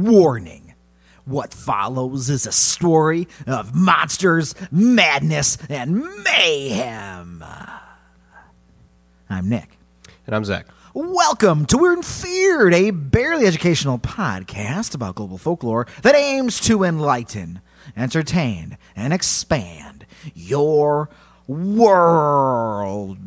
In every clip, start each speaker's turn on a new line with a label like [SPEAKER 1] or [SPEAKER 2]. [SPEAKER 1] Warning. What follows is a story of monsters, madness, and mayhem. I'm Nick.
[SPEAKER 2] And I'm Zach.
[SPEAKER 1] Welcome to Weird and Feared, a barely educational podcast about global folklore that aims to enlighten, entertain, and expand your world.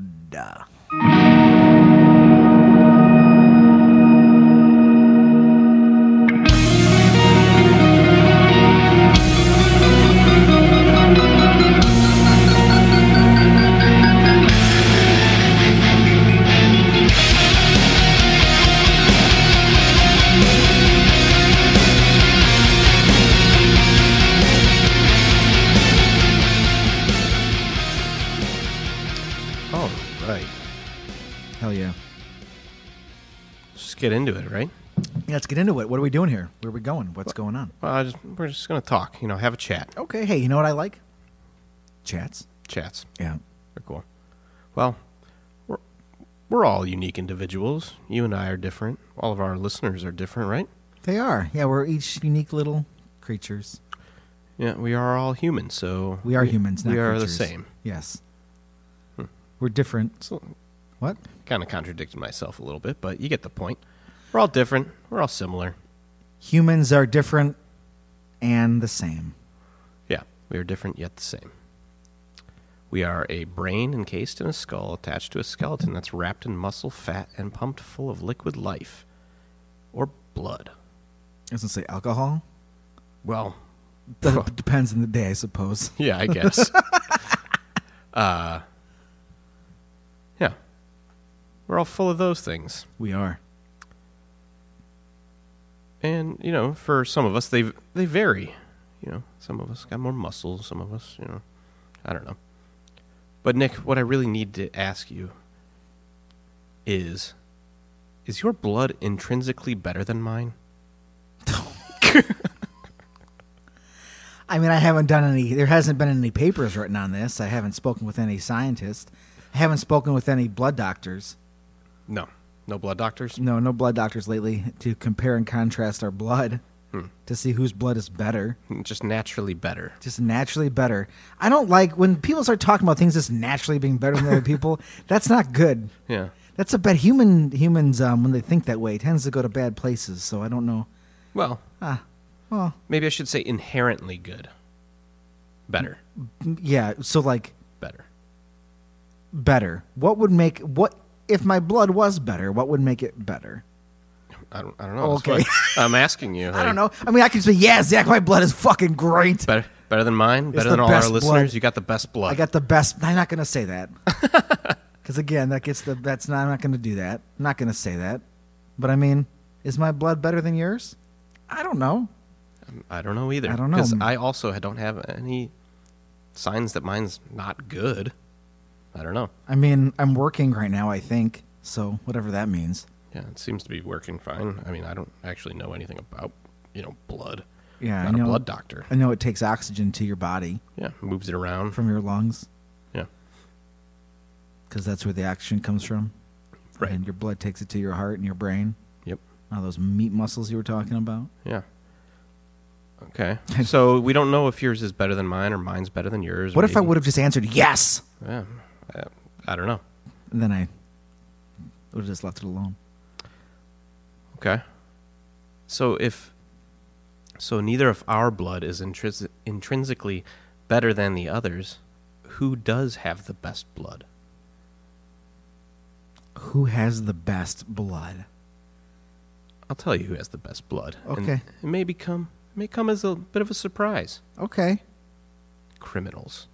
[SPEAKER 2] All Oh, right.
[SPEAKER 1] Hell yeah.
[SPEAKER 2] Let's just get into it, right?
[SPEAKER 1] Let's get into it. What are we doing here? Where are we going? What's going on?
[SPEAKER 2] Well, I just, we're just going to talk, you know, have a chat.
[SPEAKER 1] Okay, hey, you know what I like? Chats.
[SPEAKER 2] Chats.
[SPEAKER 1] Yeah.
[SPEAKER 2] They're cool. Well, we're, we're all unique individuals. You and I are different. All of our listeners are different, right?
[SPEAKER 1] They are. Yeah, we're each unique little creatures.
[SPEAKER 2] Yeah, we are all humans, so.
[SPEAKER 1] We are humans, not
[SPEAKER 2] We are
[SPEAKER 1] creatures.
[SPEAKER 2] the same. Hmm.
[SPEAKER 1] Yes. We're different.
[SPEAKER 2] So,
[SPEAKER 1] What?
[SPEAKER 2] kind of contradicted myself a little bit, but you get the point. We're all different. We're all similar.
[SPEAKER 1] Humans are different and the same.
[SPEAKER 2] Yeah, we are different yet the same. We are a brain encased in a skull attached to a skeleton that's wrapped in muscle, fat, and pumped full of liquid life or blood.
[SPEAKER 1] It doesn't say alcohol.
[SPEAKER 2] Well,
[SPEAKER 1] That depends on the day, I suppose.
[SPEAKER 2] yeah, I guess. uh, yeah. We're all full of those things.
[SPEAKER 1] We are.
[SPEAKER 2] And, you know, for some of us, they they vary. You know, some of us got more muscles, some of us, you know, I don't know. But Nick, what I really need to ask you is is your blood intrinsically better than mine?
[SPEAKER 1] I mean, I haven't done any. There hasn't been any papers written on this. I haven't spoken with any scientists. I haven't spoken with any blood doctors.
[SPEAKER 2] No. No blood doctors?
[SPEAKER 1] No, no blood doctors lately to compare and contrast our blood
[SPEAKER 2] Hmm.
[SPEAKER 1] to see whose blood is better.
[SPEAKER 2] Just naturally better.
[SPEAKER 1] Just naturally better. I don't like when people start talking about things just naturally being better than other people. That's not good.
[SPEAKER 2] Yeah.
[SPEAKER 1] That's a bad human. Humans, um, when they think that way, tends to go to bad places. So I don't know.
[SPEAKER 2] Well,
[SPEAKER 1] Ah, well,
[SPEAKER 2] maybe I should say inherently good. Better.
[SPEAKER 1] m- yeah. So like
[SPEAKER 2] Better.
[SPEAKER 1] better. What would make what if my blood was better? What would make it better?
[SPEAKER 2] I don't, I don't know. That's
[SPEAKER 1] Okay.
[SPEAKER 2] what I'm asking you.
[SPEAKER 1] I don't know. I mean, I could say, yeah, Zach, my blood is fucking great.
[SPEAKER 2] Better, better than mine. Better
[SPEAKER 1] the
[SPEAKER 2] than all our
[SPEAKER 1] best blood.
[SPEAKER 2] listeners. You got the best blood.
[SPEAKER 1] I got the best. I'm not gonna say that because again, that gets the. That's not. I'm not gonna do that. I'm not gonna say that. But I mean, is my blood better than yours? I don't know.
[SPEAKER 2] I don't know either.
[SPEAKER 1] I don't know.
[SPEAKER 2] Because I also don't have any signs that mine's not good. I don't know.
[SPEAKER 1] I mean, I'm working right now. I think so. Whatever that means.
[SPEAKER 2] Yeah, it seems to be working fine. I mean, I don't actually know anything about you know blood.
[SPEAKER 1] Yeah,
[SPEAKER 2] I'm
[SPEAKER 1] I
[SPEAKER 2] not
[SPEAKER 1] know.
[SPEAKER 2] a blood doctor.
[SPEAKER 1] I know it takes oxygen to your body
[SPEAKER 2] Yeah, moves it around.
[SPEAKER 1] from your lungs
[SPEAKER 2] Yeah,
[SPEAKER 1] because that's where the oxygen comes from.
[SPEAKER 2] Right.
[SPEAKER 1] And your blood takes it to your heart and your brain.
[SPEAKER 2] yep,
[SPEAKER 1] All those meat muscles you were talking about.
[SPEAKER 2] yeah. Okay, so we don't know if yours is better than mine or mine's better than yours.
[SPEAKER 1] What
[SPEAKER 2] or
[SPEAKER 1] if I
[SPEAKER 2] maybe-
[SPEAKER 1] would have just answered yes?
[SPEAKER 2] Yeah, I, I don't know.
[SPEAKER 1] And then I would have just left it alone.
[SPEAKER 2] Okay. So if so neither of our blood is intris- intrinsically better than the others, who does have the best blood?
[SPEAKER 1] Who has the best blood?
[SPEAKER 2] I'll tell you who has the best blood. and
[SPEAKER 1] Okay.
[SPEAKER 2] it may become may come as a bit of a surprise.
[SPEAKER 1] Okay.
[SPEAKER 2] Criminals.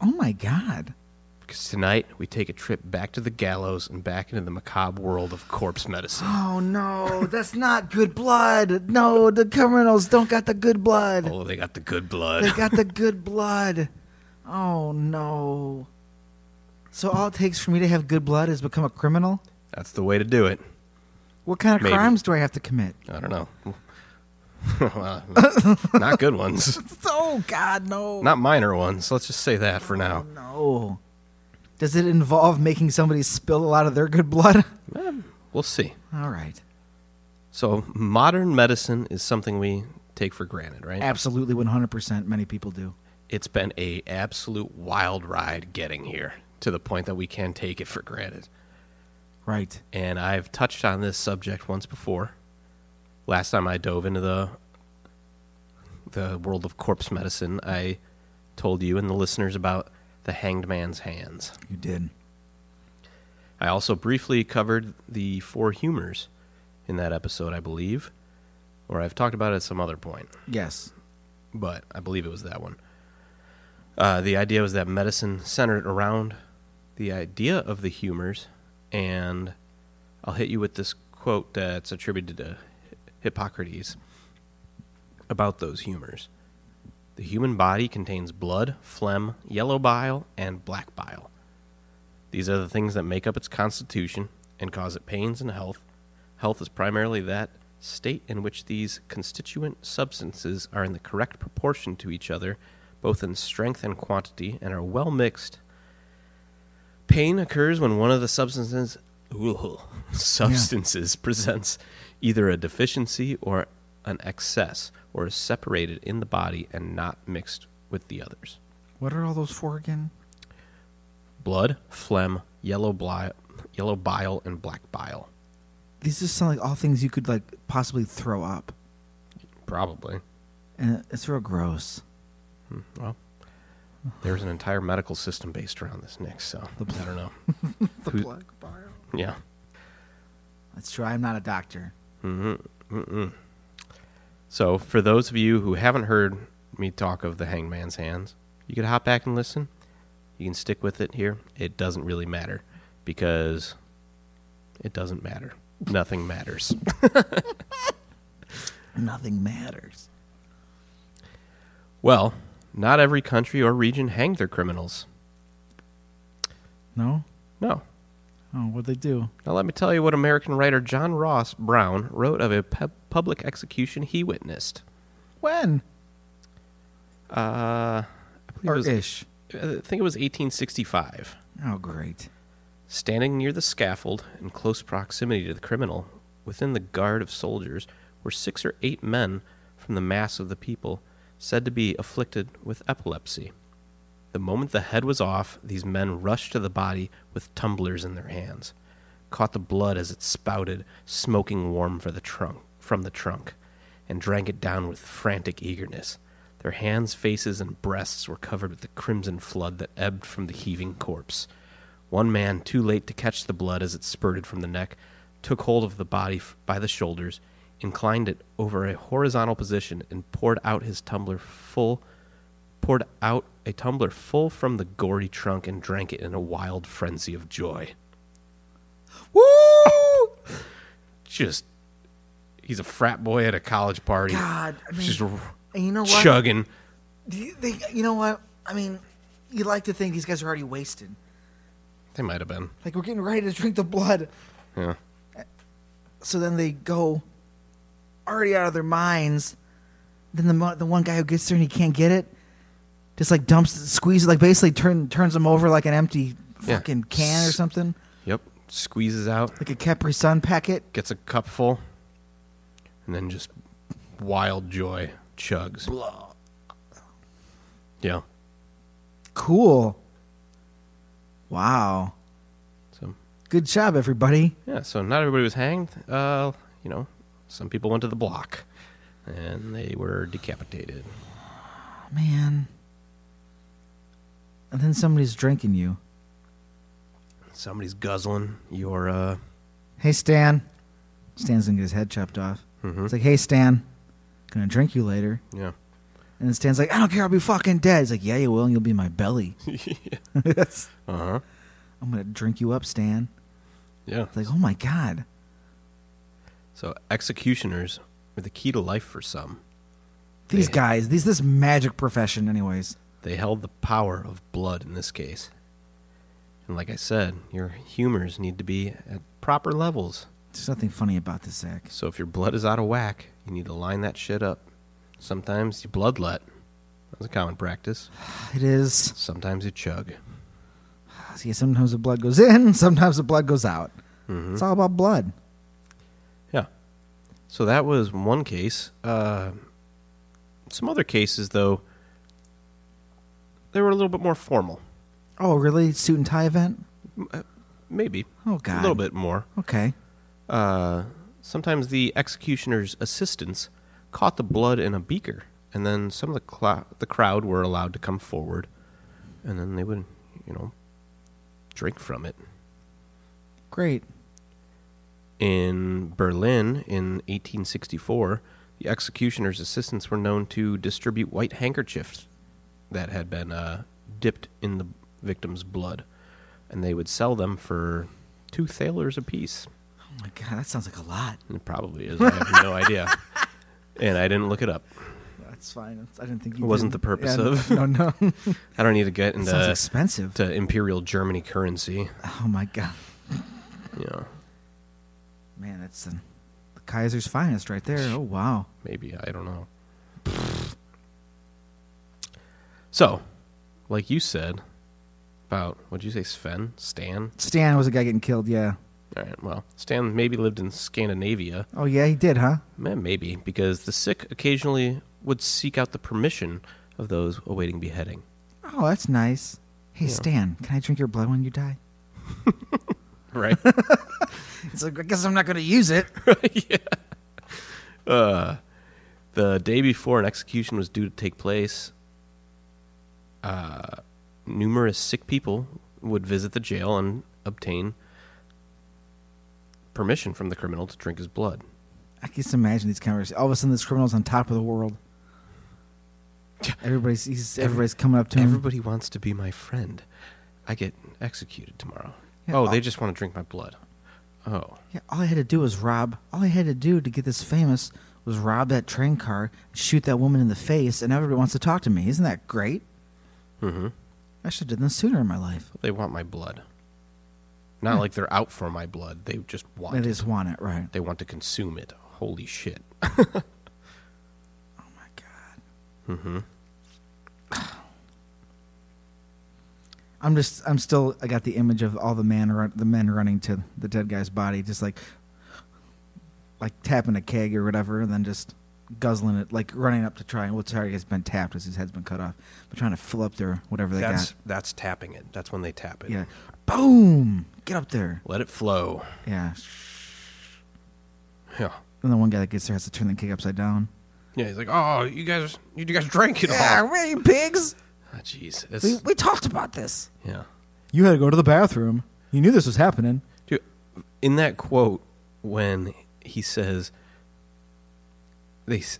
[SPEAKER 1] Oh my God.
[SPEAKER 2] Because tonight we take a trip back to the gallows and back into the macabre world of corpse medicine.
[SPEAKER 1] Oh no, that's not good blood. No, the criminals don't got the good blood.
[SPEAKER 2] Oh, they got the good
[SPEAKER 1] They
[SPEAKER 2] blood.
[SPEAKER 1] got the good blood. Oh no. So all it takes for me to have good blood is become a criminal?
[SPEAKER 2] That's the way to do it.
[SPEAKER 1] What kind of
[SPEAKER 2] Maybe.
[SPEAKER 1] crimes do I have to commit?
[SPEAKER 2] I don't know. Well, Not good ones.
[SPEAKER 1] Oh God, no.
[SPEAKER 2] Not minor ones. Let's just say that for now.
[SPEAKER 1] no. Does it involve making somebody spill a lot of their good blood?
[SPEAKER 2] We'll see.
[SPEAKER 1] All right.
[SPEAKER 2] So modern medicine is something we take for granted, right?
[SPEAKER 1] Absolutely, 100%. Many people do.
[SPEAKER 2] It's been a absolute wild ride getting here to the point that we can take it for granted.
[SPEAKER 1] Right.
[SPEAKER 2] And I've touched on this subject once before. Last time I dove into the the world of corpse medicine, I told you and the listeners about the hanged man's hands.
[SPEAKER 1] You did.
[SPEAKER 2] I also briefly covered the four humors in that episode, I believe, or I've talked about it at some other point,
[SPEAKER 1] Yes.
[SPEAKER 2] but I believe it was that one. Uh, the idea was that medicine centered around the idea of the humors, and I'll hit you with this quote that's attributed to Hippocrates about those humors. The human body contains blood, phlegm, yellow bile, and black bile. These are the things that make up its constitution and cause it pains and health. Health is primarily that state in which these constituent substances are in the correct proportion to each other, both in strength and quantity, and are well mixed. Pain occurs when one of the substances substances presents either a deficiency or an excess, or is separated in the body and not mixed with the others
[SPEAKER 1] What are all those for again?
[SPEAKER 2] blood, phlegm, yellow, bli- yellow bile, and black bile.
[SPEAKER 1] These just sound like all things you could like possibly throw up,
[SPEAKER 2] Probably.
[SPEAKER 1] and it's real gross.
[SPEAKER 2] Hmm, Well, there's an entire medical system based around this, Nick. So I don't know.
[SPEAKER 1] The
[SPEAKER 2] Who-
[SPEAKER 1] black bile.
[SPEAKER 2] Yeah.
[SPEAKER 1] That's true. I'm not a doctor.
[SPEAKER 2] So for those of you who haven't heard me talk of the Hangman's Hands, you could hop back and listen. You can stick with it here. It doesn't really matter because it doesn't matter. Nothing matters.
[SPEAKER 1] Nothing matters.
[SPEAKER 2] Well, not every country or region hanged their criminals.
[SPEAKER 1] No.
[SPEAKER 2] No,
[SPEAKER 1] Oh, what they do?
[SPEAKER 2] Now, let me tell you what American writer John Ross Brown wrote of a pub public execution he witnessed.
[SPEAKER 1] When?
[SPEAKER 2] Uh, I, believe it
[SPEAKER 1] Or
[SPEAKER 2] was,
[SPEAKER 1] ish.
[SPEAKER 2] I think it was 1865.
[SPEAKER 1] Oh, great.
[SPEAKER 2] Standing near the scaffold in close proximity to the criminal, within the guard of soldiers, were six or eight men from the mass of the people, said to be afflicted with epilepsy. The moment the head was off, these men rushed to the body with tumblers in their hands, caught the blood as it spouted, smoking warm for the trunk, from the trunk, and drank it down with frantic eagerness. Their hands, faces, and breasts were covered with the crimson flood that ebbed from the heaving corpse. One man, too late to catch the blood as it spurted from the neck, took hold of the body f- by the shoulders, inclined it over a horizontal position, and poured out his tumbler full poured out a tumbler full from the gory trunk and drank it in a wild frenzy of joy.
[SPEAKER 1] Woo!
[SPEAKER 2] Just, he's a frat boy at a college party.
[SPEAKER 1] God, I mean,
[SPEAKER 2] just r-
[SPEAKER 1] and you know what?
[SPEAKER 2] chugging.
[SPEAKER 1] Do you, think, you know what? I mean, you like to think these guys are already wasted.
[SPEAKER 2] They might have been.
[SPEAKER 1] Like we're getting ready to drink the blood.
[SPEAKER 2] Yeah.
[SPEAKER 1] So then they go already out of their minds. Then the mo- the one guy who gets there and he can't get it, just like dumps, squeezes, like basically turn, turns him over like an empty
[SPEAKER 2] Yeah.
[SPEAKER 1] fucking can or
[SPEAKER 2] S-
[SPEAKER 1] something,
[SPEAKER 2] Yep. Squeezes out,
[SPEAKER 1] like a Capri Sun packet.
[SPEAKER 2] gets a cup full, and then just wild joy chugs. Yeah.
[SPEAKER 1] Cool. Wow.
[SPEAKER 2] So,
[SPEAKER 1] Good job, everybody.
[SPEAKER 2] yeah. So not everybody was hanged. Uh, you know, some people went to the block, and they were decapitated. Oh,
[SPEAKER 1] Man. And then somebody's drinking you.
[SPEAKER 2] Somebody's guzzling your uh,
[SPEAKER 1] Hey, Stan. Stan's gonna get his head chopped off.
[SPEAKER 2] Mm-hmm.
[SPEAKER 1] It's like, hey, Stan, gonna drink you later.
[SPEAKER 2] Yeah.
[SPEAKER 1] And then Stan's like, I don't care, I'll be fucking dead. He's like, Yeah, you will, and you'll be in my belly. That's-
[SPEAKER 2] Uh huh.
[SPEAKER 1] I'm gonna drink you up, Stan.
[SPEAKER 2] Yeah.
[SPEAKER 1] It's like, oh my god.
[SPEAKER 2] So executioners were the key to life for some.
[SPEAKER 1] These
[SPEAKER 2] They-
[SPEAKER 1] guys, these this magic profession, anyways.
[SPEAKER 2] They held the power of blood in this case. And like I said, your humors need to be at proper levels.
[SPEAKER 1] There's nothing funny about this act.
[SPEAKER 2] So if your blood is out of whack, you need to line that shit up. Sometimes you bloodlet. That's a common practice.
[SPEAKER 1] It is
[SPEAKER 2] Sometimes you chug.
[SPEAKER 1] see sometimes the blood
[SPEAKER 2] Mm-hmm.
[SPEAKER 1] goes in, sometimes the blood goes out. It's all about blood.
[SPEAKER 2] Yeah. So that was one case. Uh, some other cases, though, they were a little bit more formal.
[SPEAKER 1] Oh, really? Suit and tie event?
[SPEAKER 2] Maybe.
[SPEAKER 1] Oh, God.
[SPEAKER 2] A little bit more.
[SPEAKER 1] Okay.
[SPEAKER 2] Uh, sometimes the executioner's assistants caught the blood in a beaker, and then some of the clou- the crowd were allowed to come forward, and then they would, you know, drink from it.
[SPEAKER 1] Great.
[SPEAKER 2] In Berlin in 1864, the executioner's assistants were known to distribute white handkerchiefs that had been uh, dipped in the victim's blood, and they would sell them for two thalers apiece.
[SPEAKER 1] Oh, my God. That sounds like a lot.
[SPEAKER 2] It probably is. I have no idea. And I didn't look it up.
[SPEAKER 1] That's fine. That's- I didn't think you
[SPEAKER 2] It wasn't
[SPEAKER 1] did.
[SPEAKER 2] the purpose
[SPEAKER 1] Yeah,
[SPEAKER 2] of-
[SPEAKER 1] No, no. no.
[SPEAKER 2] I don't need to get
[SPEAKER 1] That sounds
[SPEAKER 2] into
[SPEAKER 1] expensive.
[SPEAKER 2] to Imperial Germany currency.
[SPEAKER 1] Oh, my God.
[SPEAKER 2] You know,
[SPEAKER 1] Man, that's the, the Kaiser's finest right there. Oh, wow.
[SPEAKER 2] maybe I don't know. So, like you said about what'd you say, Sven, Stan?
[SPEAKER 1] Stan was the guy getting killed, yeah.
[SPEAKER 2] All right. Well, Stan maybe lived in Scandinavia.
[SPEAKER 1] Oh, yeah, he did, huh?
[SPEAKER 2] Eh, Maybe because the sick occasionally would seek out the permission of those awaiting beheading.
[SPEAKER 1] Oh, that's nice. Hey,
[SPEAKER 2] Yeah.
[SPEAKER 1] Stan, can I drink your blood when you die?
[SPEAKER 2] Right.
[SPEAKER 1] It's like, I guess I'm not going to use it.
[SPEAKER 2] uh, the day before an execution was due to take place, uh, numerous sick people would visit the jail and obtain permission from the criminal to drink his blood.
[SPEAKER 1] I can just imagine these conversations. All of a sudden, this criminal's on top of the world. Everybody's he's, everybody's coming up to him.
[SPEAKER 2] Everybody wants to be my friend. I get executed tomorrow.
[SPEAKER 1] Yeah,
[SPEAKER 2] oh,
[SPEAKER 1] I-
[SPEAKER 2] they just want to drink my blood. Oh,
[SPEAKER 1] Yeah, all I had to do was rob. All I had to do to get this famous was rob that train car, shoot that woman in the face, and everybody wants to talk to me. Isn't that great?
[SPEAKER 2] mm-hmm.
[SPEAKER 1] I should have done this sooner in my life.
[SPEAKER 2] they want my blood. Not
[SPEAKER 1] Hmm.
[SPEAKER 2] like they're out for my blood. They just want.
[SPEAKER 1] I
[SPEAKER 2] it.
[SPEAKER 1] just want it, right?
[SPEAKER 2] They want to consume it. Holy shit.
[SPEAKER 1] Oh my god! Mm-hmm.
[SPEAKER 2] Mm-hmm.
[SPEAKER 1] I'm just, I'm still, I got the image of all the man, run, the men running to the dead guy's body, just like, like tapping a keg or whatever, and then just guzzling it, like running up to try. and Well, Terry has been tapped as his head's been cut off, but trying to fill up their whatever they
[SPEAKER 2] that's that's tapping it. That's when they tap
[SPEAKER 1] got.
[SPEAKER 2] it.
[SPEAKER 1] Yeah, boom! Get up there.
[SPEAKER 2] Let it flow.
[SPEAKER 1] Yeah.
[SPEAKER 2] Yeah.
[SPEAKER 1] And the one guy that gets there has to turn the keg upside down.
[SPEAKER 2] Yeah. He's like, oh, you guys, you guys drank it all.
[SPEAKER 1] we pigs.
[SPEAKER 2] Ah, Jeez. It's-
[SPEAKER 1] we talked about this.
[SPEAKER 2] yeah.
[SPEAKER 1] You had to go to the bathroom. You knew this was happening.
[SPEAKER 2] Dude, in that quote, when he says, they s-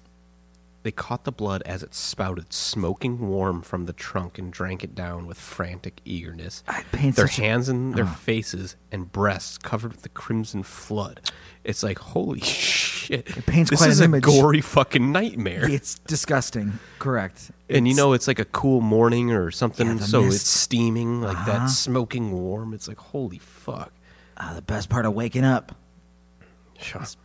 [SPEAKER 2] they caught the blood as it spouted smoking warm from the trunk and drank it down with frantic eagerness.
[SPEAKER 1] I paint
[SPEAKER 2] their
[SPEAKER 1] such a- Uh-huh.
[SPEAKER 2] hands and their faces and breasts covered with the crimson flood. It's like holy shit!
[SPEAKER 1] It paints
[SPEAKER 2] this
[SPEAKER 1] quite
[SPEAKER 2] is
[SPEAKER 1] an
[SPEAKER 2] a
[SPEAKER 1] image.
[SPEAKER 2] gory fucking nightmare.
[SPEAKER 1] It's disgusting. Correct.
[SPEAKER 2] and you know it's like a cool morning or something
[SPEAKER 1] Yeah, the
[SPEAKER 2] so
[SPEAKER 1] mist.
[SPEAKER 2] it's steaming like that
[SPEAKER 1] Uh-huh.
[SPEAKER 2] smoking warm it's like holy fuck
[SPEAKER 1] Ah, the best part of waking up.
[SPEAKER 2] Shucks.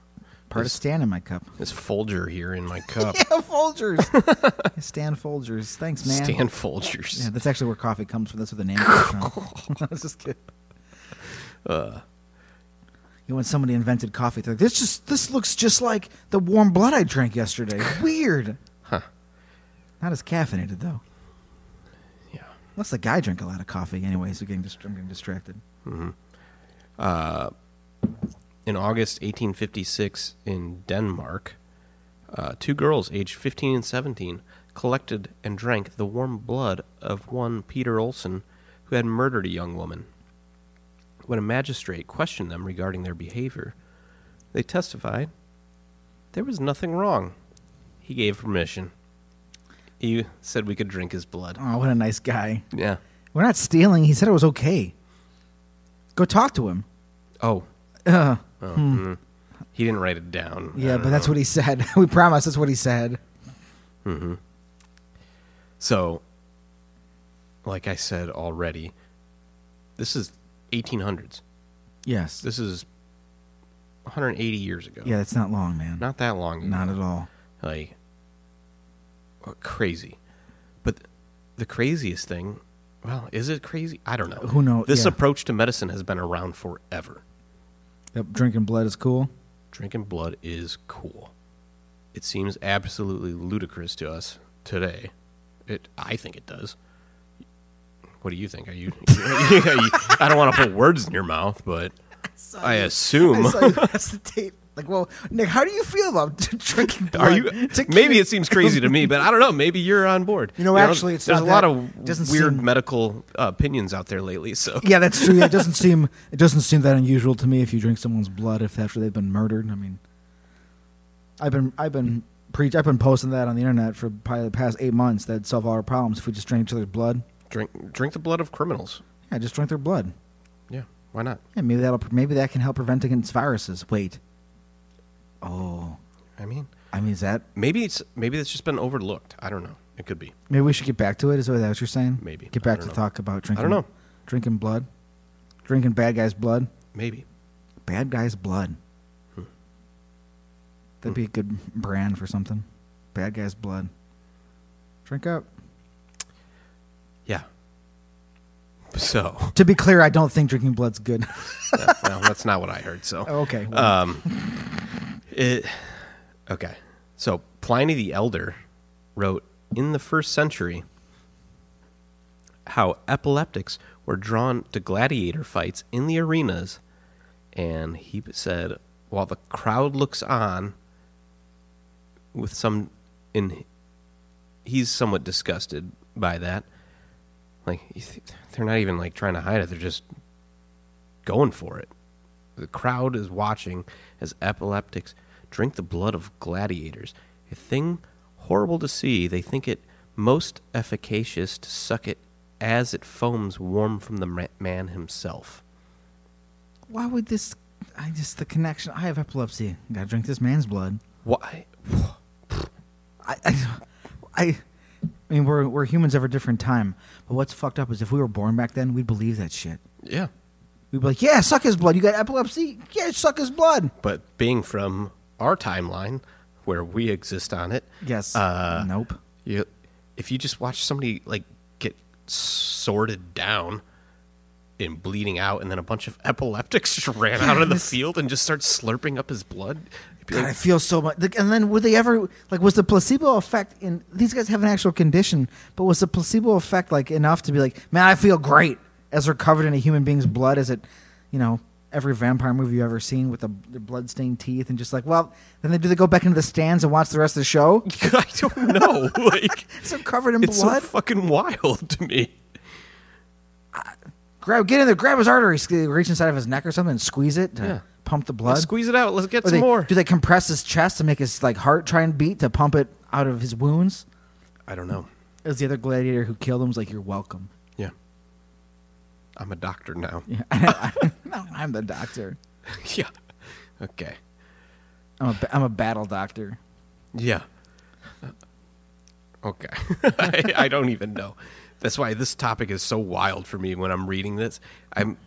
[SPEAKER 1] Part of
[SPEAKER 2] This-
[SPEAKER 1] Stan in my cup.
[SPEAKER 2] this Folger here in my cup
[SPEAKER 1] Yeah, Folgers. Stan Folgers. Thanks, man.
[SPEAKER 2] Stan Folgers
[SPEAKER 1] Yeah, that's actually where coffee comes from. That's where the name comes from. I was just kidding. Uh. You know, when somebody invented coffee, they're like, "This just this looks just like the warm blood I drank yesterday. Weird."
[SPEAKER 2] Huh.
[SPEAKER 1] Not as caffeinated though.
[SPEAKER 2] yeah
[SPEAKER 1] Unless the guy drank a lot of coffee, anyways. We're getting dist- I'm getting distracted.
[SPEAKER 2] in August 1856 in Denmark uh, two girls aged 15 and 17 collected and drank the warm blood of one Peter Olsen who had murdered a young woman when a magistrate questioned them regarding their behavior they testified There was nothing wrong. He gave permission. He said we could drink his blood.
[SPEAKER 1] Oh, what a nice guy.
[SPEAKER 2] Yeah.
[SPEAKER 1] We're not stealing. He said it was okay. Go talk to him.
[SPEAKER 2] Oh.
[SPEAKER 1] Uh,
[SPEAKER 2] oh, mm. He didn't write it down.
[SPEAKER 1] yeah, but that's what he said. we promise that's what he said.
[SPEAKER 2] So, like I said already, this is 1800s.
[SPEAKER 1] Yes.
[SPEAKER 2] This is 180 years ago.
[SPEAKER 1] yeah, it's not long, man.
[SPEAKER 2] Not that long ago.
[SPEAKER 1] Not at all.
[SPEAKER 2] like uh, crazy. But th- the craziest thing, well, is it crazy? I don't know.
[SPEAKER 1] Who know-
[SPEAKER 2] This
[SPEAKER 1] yeah.
[SPEAKER 2] approach to medicine has been around forever.
[SPEAKER 1] Yep, drinking blood is cool.
[SPEAKER 2] drinking blood is cool. It seems absolutely ludicrous to us today. It, I think it does. What do you think? Are you? I don't want to put words in your mouth, but I assume.
[SPEAKER 1] I saw you pass the tape. Like, well, Nick, how do you feel about drinking blood?
[SPEAKER 2] Are you?
[SPEAKER 1] to cure-
[SPEAKER 2] Maybe it seems crazy to me, but I don't know. Maybe you're on board.
[SPEAKER 3] You know,
[SPEAKER 2] There are-
[SPEAKER 3] actually, it's
[SPEAKER 2] there's
[SPEAKER 3] not
[SPEAKER 2] a lot
[SPEAKER 3] that-
[SPEAKER 2] of
[SPEAKER 1] doesn't
[SPEAKER 2] weird
[SPEAKER 1] seem-
[SPEAKER 2] medical uh, opinions out there lately. So
[SPEAKER 1] Yeah, that's true. Yeah, it doesn't seem it doesn't seem that unusual to me if you drink someone's blood if after they've been murdered. I mean, I've been I've been preach I've been posting that on the internet for probably the past eight months. That'd solve all our problems if we just drank each other's blood.
[SPEAKER 2] drink drink the blood of criminals.
[SPEAKER 1] Yeah, just drink their blood.
[SPEAKER 2] Yeah, why not?
[SPEAKER 1] Yeah, maybe that'll maybe that can help prevent against viruses. Wait. Oh,
[SPEAKER 2] I mean,
[SPEAKER 1] I mean, is that
[SPEAKER 2] maybe it's maybe it's just been overlooked. I don't know. It could be.
[SPEAKER 1] maybe we should get back to it? Is that what you're saying?
[SPEAKER 2] Maybe.
[SPEAKER 1] get
[SPEAKER 2] I
[SPEAKER 1] back
[SPEAKER 2] don't
[SPEAKER 1] to
[SPEAKER 2] know.
[SPEAKER 1] talk about
[SPEAKER 2] I
[SPEAKER 1] drinking.
[SPEAKER 2] don't know.
[SPEAKER 1] Drinking blood, drinking bad guys' blood.
[SPEAKER 2] Maybe.
[SPEAKER 1] Bad Guys Blood. That'd be a good brand for something. Bad Guys Blood. Drink up.
[SPEAKER 2] Yeah. So
[SPEAKER 1] To be clear, I don't think drinking blood's good.
[SPEAKER 2] yeah, well, that's not what I heard. So
[SPEAKER 1] Oh, okay. well,
[SPEAKER 2] Um, it, okay. So Pliny the Elder wrote in the first century how epileptics were drawn to gladiator fights in the arenas, and he said, while the crowd looks on, with some in, he's somewhat disgusted by that. Like you th- they're not even like trying to hide it; they're just going for it. The crowd is watching as epileptics drink the blood of gladiators, a thing horrible to see. They think it most efficacious to suck it as it foams warm from the ma- man himself.
[SPEAKER 1] why would this? I just the connection. I have epilepsy. Gotta drink this man's blood.
[SPEAKER 2] Why?
[SPEAKER 1] I, I, I, I mean, we're we're humans of a different time. But what's fucked up is if we were born back then, we'd believe that shit.
[SPEAKER 2] Yeah.
[SPEAKER 1] We'd be like, yeah, suck his blood. You got epilepsy? Yeah, suck his blood.
[SPEAKER 2] But being from our timeline, where we exist on it,
[SPEAKER 1] Yes.
[SPEAKER 2] Uh,
[SPEAKER 1] nope.
[SPEAKER 2] you, if you just watch somebody like get sorted down and bleeding out, and then a bunch of epileptics just ran out of the field and just start slurping up his blood, you'd be
[SPEAKER 1] God,
[SPEAKER 2] like,
[SPEAKER 1] I feel so much. Like, and then were they ever like? Was the placebo effect in these guys have an actual condition? But was the placebo effect like enough to be like, man, I feel great as they're covered in a human being's blood? Is it, you know, every vampire movie you've ever seen with the, the blood-stained teeth and just like, well, then they do they go back into the stands and watch the rest of the show?
[SPEAKER 2] I don't know. Like
[SPEAKER 1] So covered in
[SPEAKER 2] it's so
[SPEAKER 1] blood.
[SPEAKER 2] fucking wild to me.
[SPEAKER 1] grab, get in there, grab his artery, sque- reach inside of his neck or something, and squeeze it to
[SPEAKER 2] Yeah.
[SPEAKER 1] pump the blood.
[SPEAKER 2] Squeeze it out. Let's get
[SPEAKER 1] Or
[SPEAKER 2] some
[SPEAKER 1] they-
[SPEAKER 2] more.
[SPEAKER 1] Do they compress his chest to make his like heart try and beat to pump it out of his wounds?
[SPEAKER 2] I don't know.
[SPEAKER 1] It was the other gladiator who killed him. Was like, "You're welcome."
[SPEAKER 2] Yeah. I'm a doctor now.
[SPEAKER 1] Yeah, no, I'm the doctor.
[SPEAKER 2] yeah. Okay.
[SPEAKER 1] I'm a, ba- I'm a battle doctor.
[SPEAKER 2] Yeah. Uh, Okay. I, I don't even know. That's why this topic is so wild for me when I'm reading this. I'm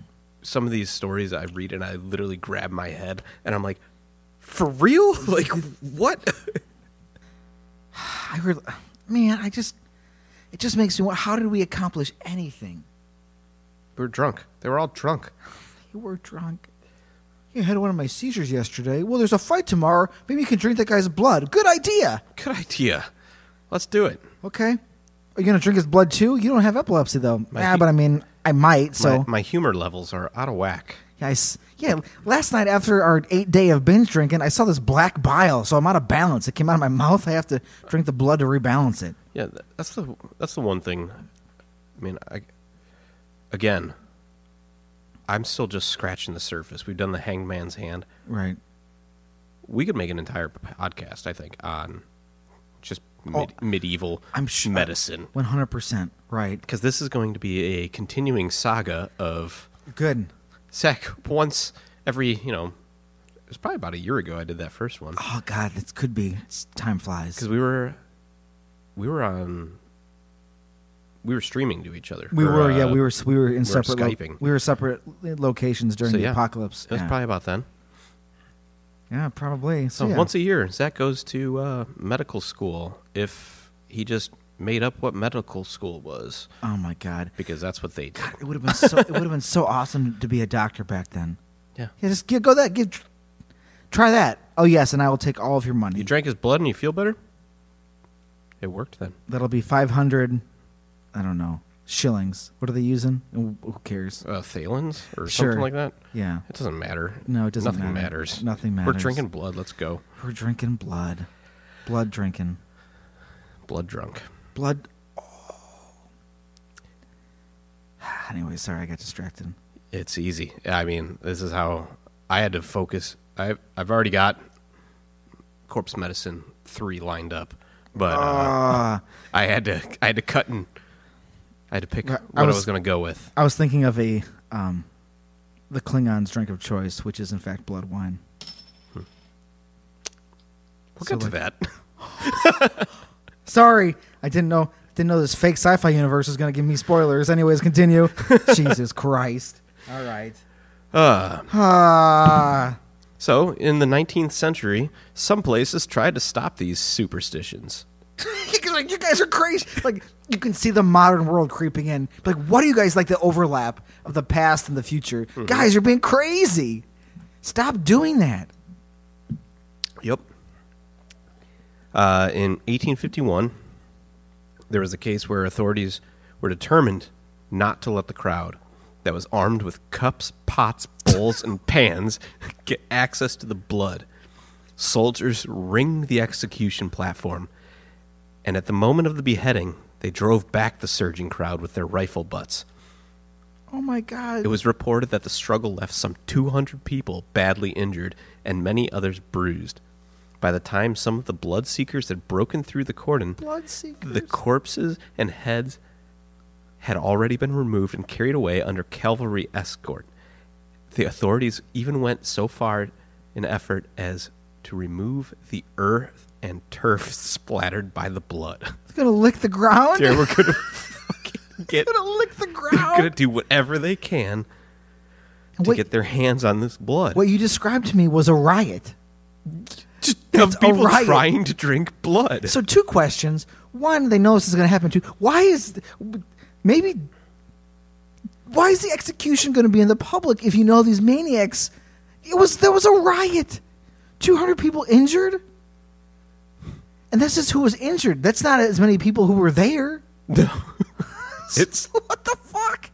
[SPEAKER 2] some of these stories I read and I literally grab my head and I'm like, for real? Like what?
[SPEAKER 1] I really, man, I just, it just makes me. wa- How did we accomplish anything?
[SPEAKER 2] we were drunk. They were all drunk.
[SPEAKER 1] You were drunk. You had one of my seizures yesterday. Well, there's a fight tomorrow. Maybe you can drink that guy's blood. Good idea.
[SPEAKER 2] Good idea. Let's do it.
[SPEAKER 1] Okay. Are you gonna drink his blood too? You don't have epilepsy though.
[SPEAKER 2] My
[SPEAKER 1] yeah,
[SPEAKER 2] he-
[SPEAKER 1] but I mean, I might. So
[SPEAKER 2] my, my humor levels are out of whack.
[SPEAKER 1] Yeah, I s- yeah, last night after our eight day of binge drinking, I saw this black bile, so I'm out of balance. It came out of my mouth. I have to drink the blood to rebalance it.
[SPEAKER 2] Yeah, th- that's the that's the one thing. I mean, I again, I'm still just scratching the surface. We've done the Hangman's Hand.
[SPEAKER 1] Right.
[SPEAKER 2] We could make an entire p- podcast, I think, on just mid- medieval
[SPEAKER 1] Oh, I'm sure-
[SPEAKER 2] medicine
[SPEAKER 1] One hundred percent. Right.
[SPEAKER 2] because this is going to be a continuing saga of
[SPEAKER 1] Good.
[SPEAKER 2] sec. Once every, you know, it was probably about a year ago I did that first one.
[SPEAKER 1] Oh God, this could be. It's, time flies.
[SPEAKER 2] because we were we were on we were streaming to each other.
[SPEAKER 1] We
[SPEAKER 2] Or,
[SPEAKER 1] were, yeah,
[SPEAKER 2] uh,
[SPEAKER 1] we were, we were in
[SPEAKER 2] we were
[SPEAKER 1] separate. lo-
[SPEAKER 2] Skyping.
[SPEAKER 1] we were separate locations during
[SPEAKER 2] so,
[SPEAKER 1] the
[SPEAKER 2] yeah.
[SPEAKER 1] apocalypse.
[SPEAKER 2] It was
[SPEAKER 1] yeah.
[SPEAKER 2] probably about then.
[SPEAKER 1] yeah, probably. So
[SPEAKER 2] So
[SPEAKER 1] yeah.
[SPEAKER 2] once a year, Zach goes to uh, medical school. If he just made up what medical school was,
[SPEAKER 1] oh my God,
[SPEAKER 2] because that's what they did.
[SPEAKER 1] it would have been so. it would have been so awesome to be a doctor back then.
[SPEAKER 2] Yeah.
[SPEAKER 1] Yeah, just get, go that. Get, Try that. Oh yes, and I will take all of your money.
[SPEAKER 2] You drank his blood and you feel better? It worked then.
[SPEAKER 1] That'll be five hundred. I don't know shillings. What are they using? Who who cares?
[SPEAKER 2] Uh, Thalens or
[SPEAKER 1] Sure.
[SPEAKER 2] something like that?
[SPEAKER 1] Yeah.
[SPEAKER 2] It doesn't matter.
[SPEAKER 1] No, it doesn't
[SPEAKER 2] Nothing
[SPEAKER 1] matter.
[SPEAKER 2] matters.
[SPEAKER 1] Nothing
[SPEAKER 2] We're
[SPEAKER 1] matters.
[SPEAKER 2] drinking blood. Let's go.
[SPEAKER 1] We're drinking blood. Blood drinking.
[SPEAKER 2] Blood drunk.
[SPEAKER 1] Blood. Oh. Anyway, sorry, I got distracted.
[SPEAKER 2] It's easy. I mean, this is how I had to focus. I've I've already got corpse medicine three lined up, but uh,
[SPEAKER 1] Ah,
[SPEAKER 2] I had to I had to cut and I had to pick
[SPEAKER 1] I- I
[SPEAKER 2] what I
[SPEAKER 1] was-
[SPEAKER 2] was going to go with.
[SPEAKER 1] I was thinking of a um, the Klingons' drink of choice, which is in fact blood wine.
[SPEAKER 2] We'll
[SPEAKER 1] So,
[SPEAKER 2] get to that.
[SPEAKER 1] Sorry, I didn't know. Didn't know this fake sci-fi universe was going to give me spoilers. Anyways, continue. Jesus Christ! All right.
[SPEAKER 2] Uh,
[SPEAKER 1] Ah,
[SPEAKER 2] so in the 19th century, some places tried to stop these superstitions.
[SPEAKER 1] Because, like you guys are crazy. Like you can see the modern world creeping in. Like, what do you guys like the overlap of the past and the future? Guys, you're being crazy. Stop doing that.
[SPEAKER 2] Yep. Uh, in 1851, there was a case where authorities were determined not to let the crowd that was armed with cups, pots, bowls, and pans get access to the blood. Soldiers ringed the execution platform, and at the moment of the beheading, they drove back the surging crowd with their rifle butts.
[SPEAKER 1] Oh my God.
[SPEAKER 2] It was reported that the struggle left some 200 people badly injured and many others bruised. By the time some of the blood seekers had broken through the cordon,
[SPEAKER 1] blood seekers.
[SPEAKER 2] the corpses and heads had already been removed and carried away under cavalry escort. The authorities even went so far in effort as to remove the earth and turf splattered by the blood.
[SPEAKER 1] It's gonna lick the ground.
[SPEAKER 2] They were going to fucking get.
[SPEAKER 1] It's gonna lick the
[SPEAKER 2] They're going to
[SPEAKER 1] ground.
[SPEAKER 2] do whatever they can to
[SPEAKER 1] What,
[SPEAKER 2] get their hands on this blood.
[SPEAKER 1] what you described to me was a riot.
[SPEAKER 2] Just
[SPEAKER 1] That's
[SPEAKER 2] of people
[SPEAKER 1] a riot.
[SPEAKER 2] trying to drink blood.
[SPEAKER 1] So two questions. One, they know this is going to happen. Two, why is maybe why is the execution going to be in the public if you know these maniacs? It was there was a riot. 200 people injured. And that's just who was injured. That's not as many people who were there.
[SPEAKER 2] no. it's
[SPEAKER 1] what the fuck?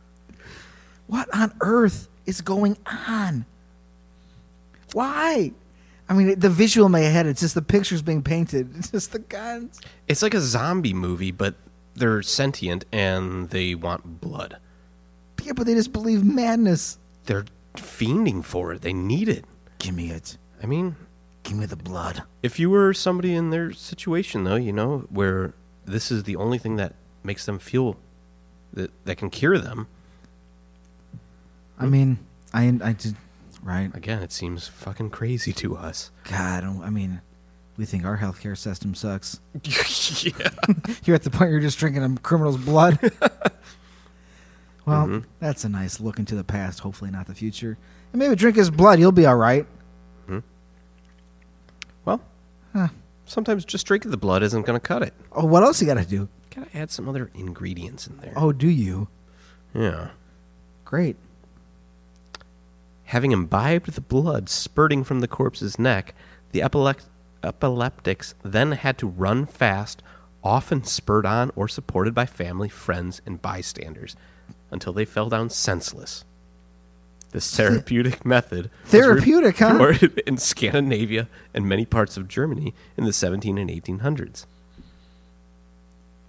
[SPEAKER 1] What on earth is going on? Why? I mean, the visual in my head, it's just the pictures being painted. It's just the guns.
[SPEAKER 2] it's like a zombie movie, but they're sentient and they want blood.
[SPEAKER 1] Yeah, but they just believe madness.
[SPEAKER 2] They're fiending for it. They need it.
[SPEAKER 1] Give me it.
[SPEAKER 2] I mean,
[SPEAKER 1] Give me the blood.
[SPEAKER 2] if you were somebody in their situation, though, you know, where this is the only thing that makes them feel that that can cure them.
[SPEAKER 1] I mean, I I did right.
[SPEAKER 2] Again, it seems fucking crazy to us.
[SPEAKER 1] God, I, don't- I mean, we think our healthcare system sucks.
[SPEAKER 2] yeah.
[SPEAKER 1] You're at the point where you're just drinking a criminal's blood. well, that's a nice look into the past. Hopefully, not the future. And maybe drink his blood. You'll be all right.
[SPEAKER 2] Well, sometimes just drinking the blood isn't going to cut it.
[SPEAKER 1] Oh, what else you got to do?
[SPEAKER 2] Gotta add some other ingredients in there.
[SPEAKER 1] Oh, do you?
[SPEAKER 2] Yeah.
[SPEAKER 1] Great.
[SPEAKER 2] Having imbibed the blood spurting from the corpse's neck, the epilec- epileptics then had to run fast, often spurred on or supported by family, friends, and bystanders, until they fell down senseless. This therapeutic method was re-
[SPEAKER 1] Therapeutic, huh?
[SPEAKER 2] reported in Scandinavia and many parts of Germany in the 17 and 1800s.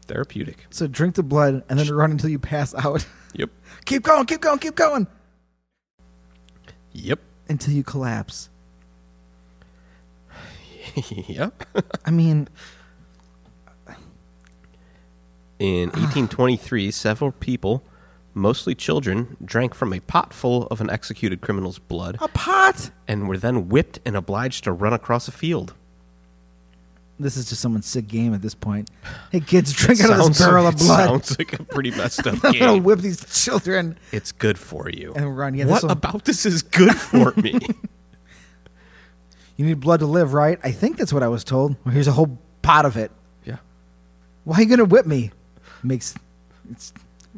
[SPEAKER 2] Therapeutic.
[SPEAKER 1] So drink the blood and then run until you pass out.
[SPEAKER 2] Yep.
[SPEAKER 1] keep going. Keep going. Keep going
[SPEAKER 2] Yep.
[SPEAKER 1] until you collapse.
[SPEAKER 2] yep.
[SPEAKER 1] I mean,
[SPEAKER 2] In
[SPEAKER 1] Ah.
[SPEAKER 2] 1823, several people, mostly children, drank from a pot full of an executed criminal's blood
[SPEAKER 1] a pot.
[SPEAKER 2] and were then whipped and obliged to run across a field.
[SPEAKER 1] This is just someone's sick game at this point. Hey, kids, drink out of this barrel of
[SPEAKER 2] it
[SPEAKER 1] blood.
[SPEAKER 2] sounds like a pretty messed up
[SPEAKER 1] I'm gonna
[SPEAKER 2] game.
[SPEAKER 1] whip these children.
[SPEAKER 2] It's good for you.
[SPEAKER 1] And run, yeah,
[SPEAKER 2] what
[SPEAKER 1] this'll-
[SPEAKER 2] about this is good for me?
[SPEAKER 1] You need blood to live, right? I think that's what I was told. Well, here's a whole pot of it.
[SPEAKER 2] yeah.
[SPEAKER 1] Why are you gonna whip me? Makes it's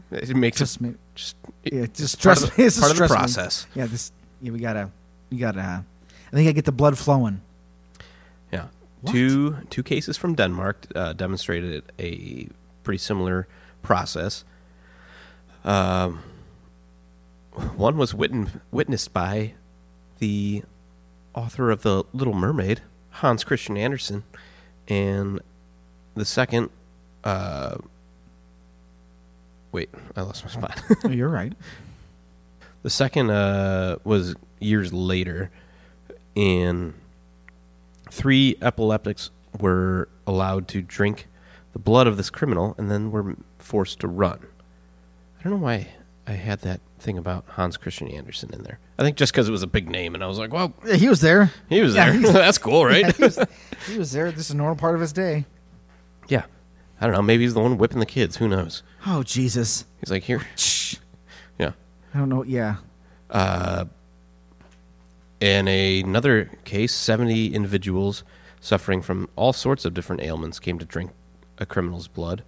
[SPEAKER 2] It makes
[SPEAKER 1] just
[SPEAKER 2] us
[SPEAKER 1] me.
[SPEAKER 2] just,
[SPEAKER 1] Yeah, just
[SPEAKER 2] part
[SPEAKER 1] stress
[SPEAKER 2] of the-
[SPEAKER 1] me. It's just
[SPEAKER 2] part of the
[SPEAKER 1] stress me.
[SPEAKER 2] process.
[SPEAKER 1] Yeah, this. Yeah, we gotta. You gotta. uh, and then you gotta get the blood flowing.
[SPEAKER 2] Yeah.
[SPEAKER 1] What?
[SPEAKER 2] Two two cases from Denmark uh, demonstrated a pretty similar process. Um, one was witten, witnessed by the author of the Little Mermaid, Hans Christian Andersen, and the second. Uh, wait, I lost my spot.
[SPEAKER 1] Oh, you're right.
[SPEAKER 2] The second uh, was years later, and three epileptics were allowed to drink the blood of this criminal and then were forced to run. I don't know why I had that thing about Hans Christian Andersen in there. I think just because it was a big name, and I was like, well,
[SPEAKER 1] Yeah, he was there.
[SPEAKER 2] he was
[SPEAKER 1] Yeah,
[SPEAKER 2] there. That's cool, right?
[SPEAKER 1] he, was, he was there. This is a normal part of his day.
[SPEAKER 2] yeah. I don't know. Maybe he's the one whipping the kids. Who knows?
[SPEAKER 1] Oh Jesus.
[SPEAKER 2] He's like, here.
[SPEAKER 1] Shh.
[SPEAKER 2] Yeah.
[SPEAKER 1] I don't know. Yeah.
[SPEAKER 2] In another case, 70 individuals suffering from all sorts of different ailments came to drink a criminal's blood.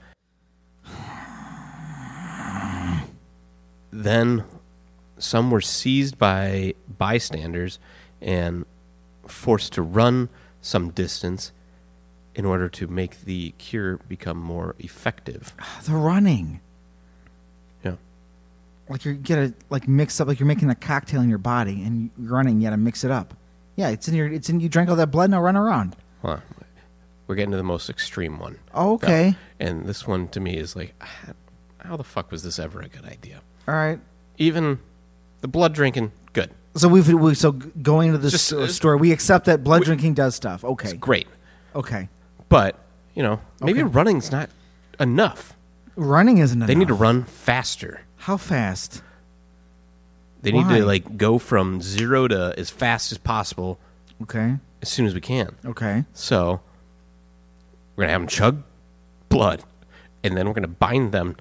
[SPEAKER 2] Then some were seized by bystanders and forced to run some distance in order to make the cure become more effective.
[SPEAKER 1] The running.
[SPEAKER 2] Yeah.
[SPEAKER 1] Like you're gonna like mix up. Like you're making a cocktail in your body and you're running. You gotta mix it up. Yeah, it's in your. It's in. You drank all that blood. Now run around.
[SPEAKER 2] Hold on. We're getting to the most extreme one.
[SPEAKER 1] Oh, okay.
[SPEAKER 2] And this one to me is like, how the fuck was this ever a good idea?
[SPEAKER 1] All right.
[SPEAKER 2] Even the blood drinking, good.
[SPEAKER 1] So we've we, so g- going into this
[SPEAKER 2] Just,
[SPEAKER 1] sto-
[SPEAKER 2] uh,
[SPEAKER 1] story, we accept that blood drinking does stuff. Okay.
[SPEAKER 2] Great.
[SPEAKER 1] Okay.
[SPEAKER 2] But, you know, maybe
[SPEAKER 1] Okay.
[SPEAKER 2] running's not enough.
[SPEAKER 1] Running isn't enough.
[SPEAKER 2] They need to run faster.
[SPEAKER 1] How fast?
[SPEAKER 2] They need
[SPEAKER 1] Why?
[SPEAKER 2] to, like, go from zero to as fast as possible
[SPEAKER 1] Okay.
[SPEAKER 2] as soon as we can.
[SPEAKER 1] Okay.
[SPEAKER 2] So, we're going to have them chug blood, and then we're going to bind them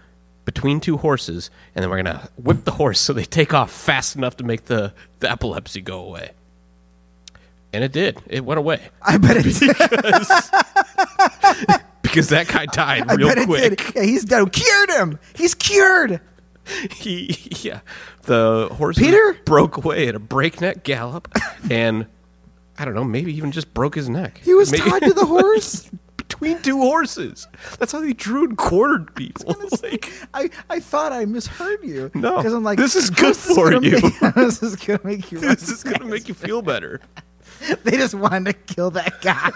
[SPEAKER 2] between two horses, and then we're going to whip the horse so they take off fast enough to make the, the epilepsy go away. And it did. It went away.
[SPEAKER 1] I bet it did.
[SPEAKER 2] because that guy died
[SPEAKER 1] I
[SPEAKER 2] real
[SPEAKER 1] bet it
[SPEAKER 2] quick.
[SPEAKER 1] did. Yeah, he's done. Cured him. He's cured.
[SPEAKER 2] He, yeah, the horse
[SPEAKER 1] Peter?
[SPEAKER 2] broke away at a breakneck gallop, and I don't know, maybe even just broke his neck.
[SPEAKER 1] He was
[SPEAKER 2] Maybe-
[SPEAKER 1] tied to the horse.
[SPEAKER 2] between two horses. That's how they drew and quartered people. Like,
[SPEAKER 1] I, I thought I misheard you.
[SPEAKER 2] No.
[SPEAKER 1] because I'm like
[SPEAKER 2] This is
[SPEAKER 1] how's
[SPEAKER 2] good
[SPEAKER 1] this
[SPEAKER 2] for
[SPEAKER 1] gonna
[SPEAKER 2] you.
[SPEAKER 1] make- this is gonna make you.
[SPEAKER 2] this is gonna make you feel better.
[SPEAKER 1] They just wanted to kill that guy.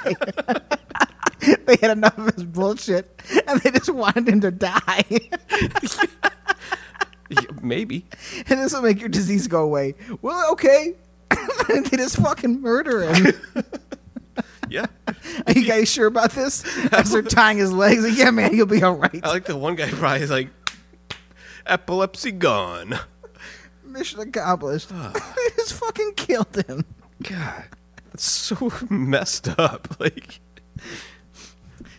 [SPEAKER 1] they had enough of his bullshit, and they just wanted him to die.
[SPEAKER 2] Yeah, Maybe
[SPEAKER 1] and this will make your disease go away. Well, okay. they just fucking murder him.
[SPEAKER 2] yeah.
[SPEAKER 1] Are you guys sure about this? As they're tying his legs, like, yeah, man, you'll be all right.
[SPEAKER 2] I like the one guy probably is like epilepsy gone.
[SPEAKER 1] Mission accomplished. they just fucking killed him.
[SPEAKER 2] God, that's so messed up. Like,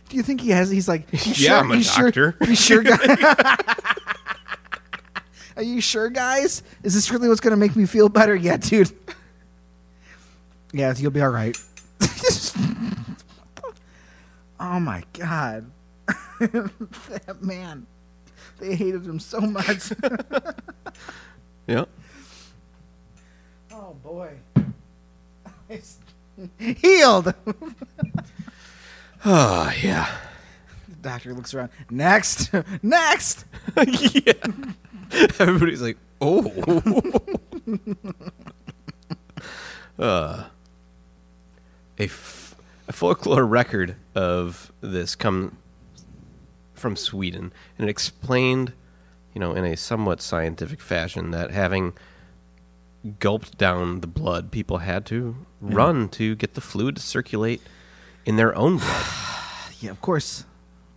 [SPEAKER 1] Do you think he has? He's like, you
[SPEAKER 2] Yeah,
[SPEAKER 1] sure,
[SPEAKER 2] I'm a
[SPEAKER 1] you
[SPEAKER 2] doctor."
[SPEAKER 1] Sure, you sure, guys? Are you sure, guys? Is this really what's going to make me feel better? Yeah, dude. Yeah, you'll be all right. oh my god, that man! They hated him so much.
[SPEAKER 2] yeah.
[SPEAKER 1] oh boy, healed.
[SPEAKER 2] Oh yeah.
[SPEAKER 1] The doctor looks around. Next, next.
[SPEAKER 2] yeah. Everybody's like, oh. uh, a, f- a folklore record of this come from Sweden, and it explained, you know, in a somewhat scientific fashion that having gulped down the blood, people had to run to get the fluid to circulate in their own blood.
[SPEAKER 1] Yeah, of course.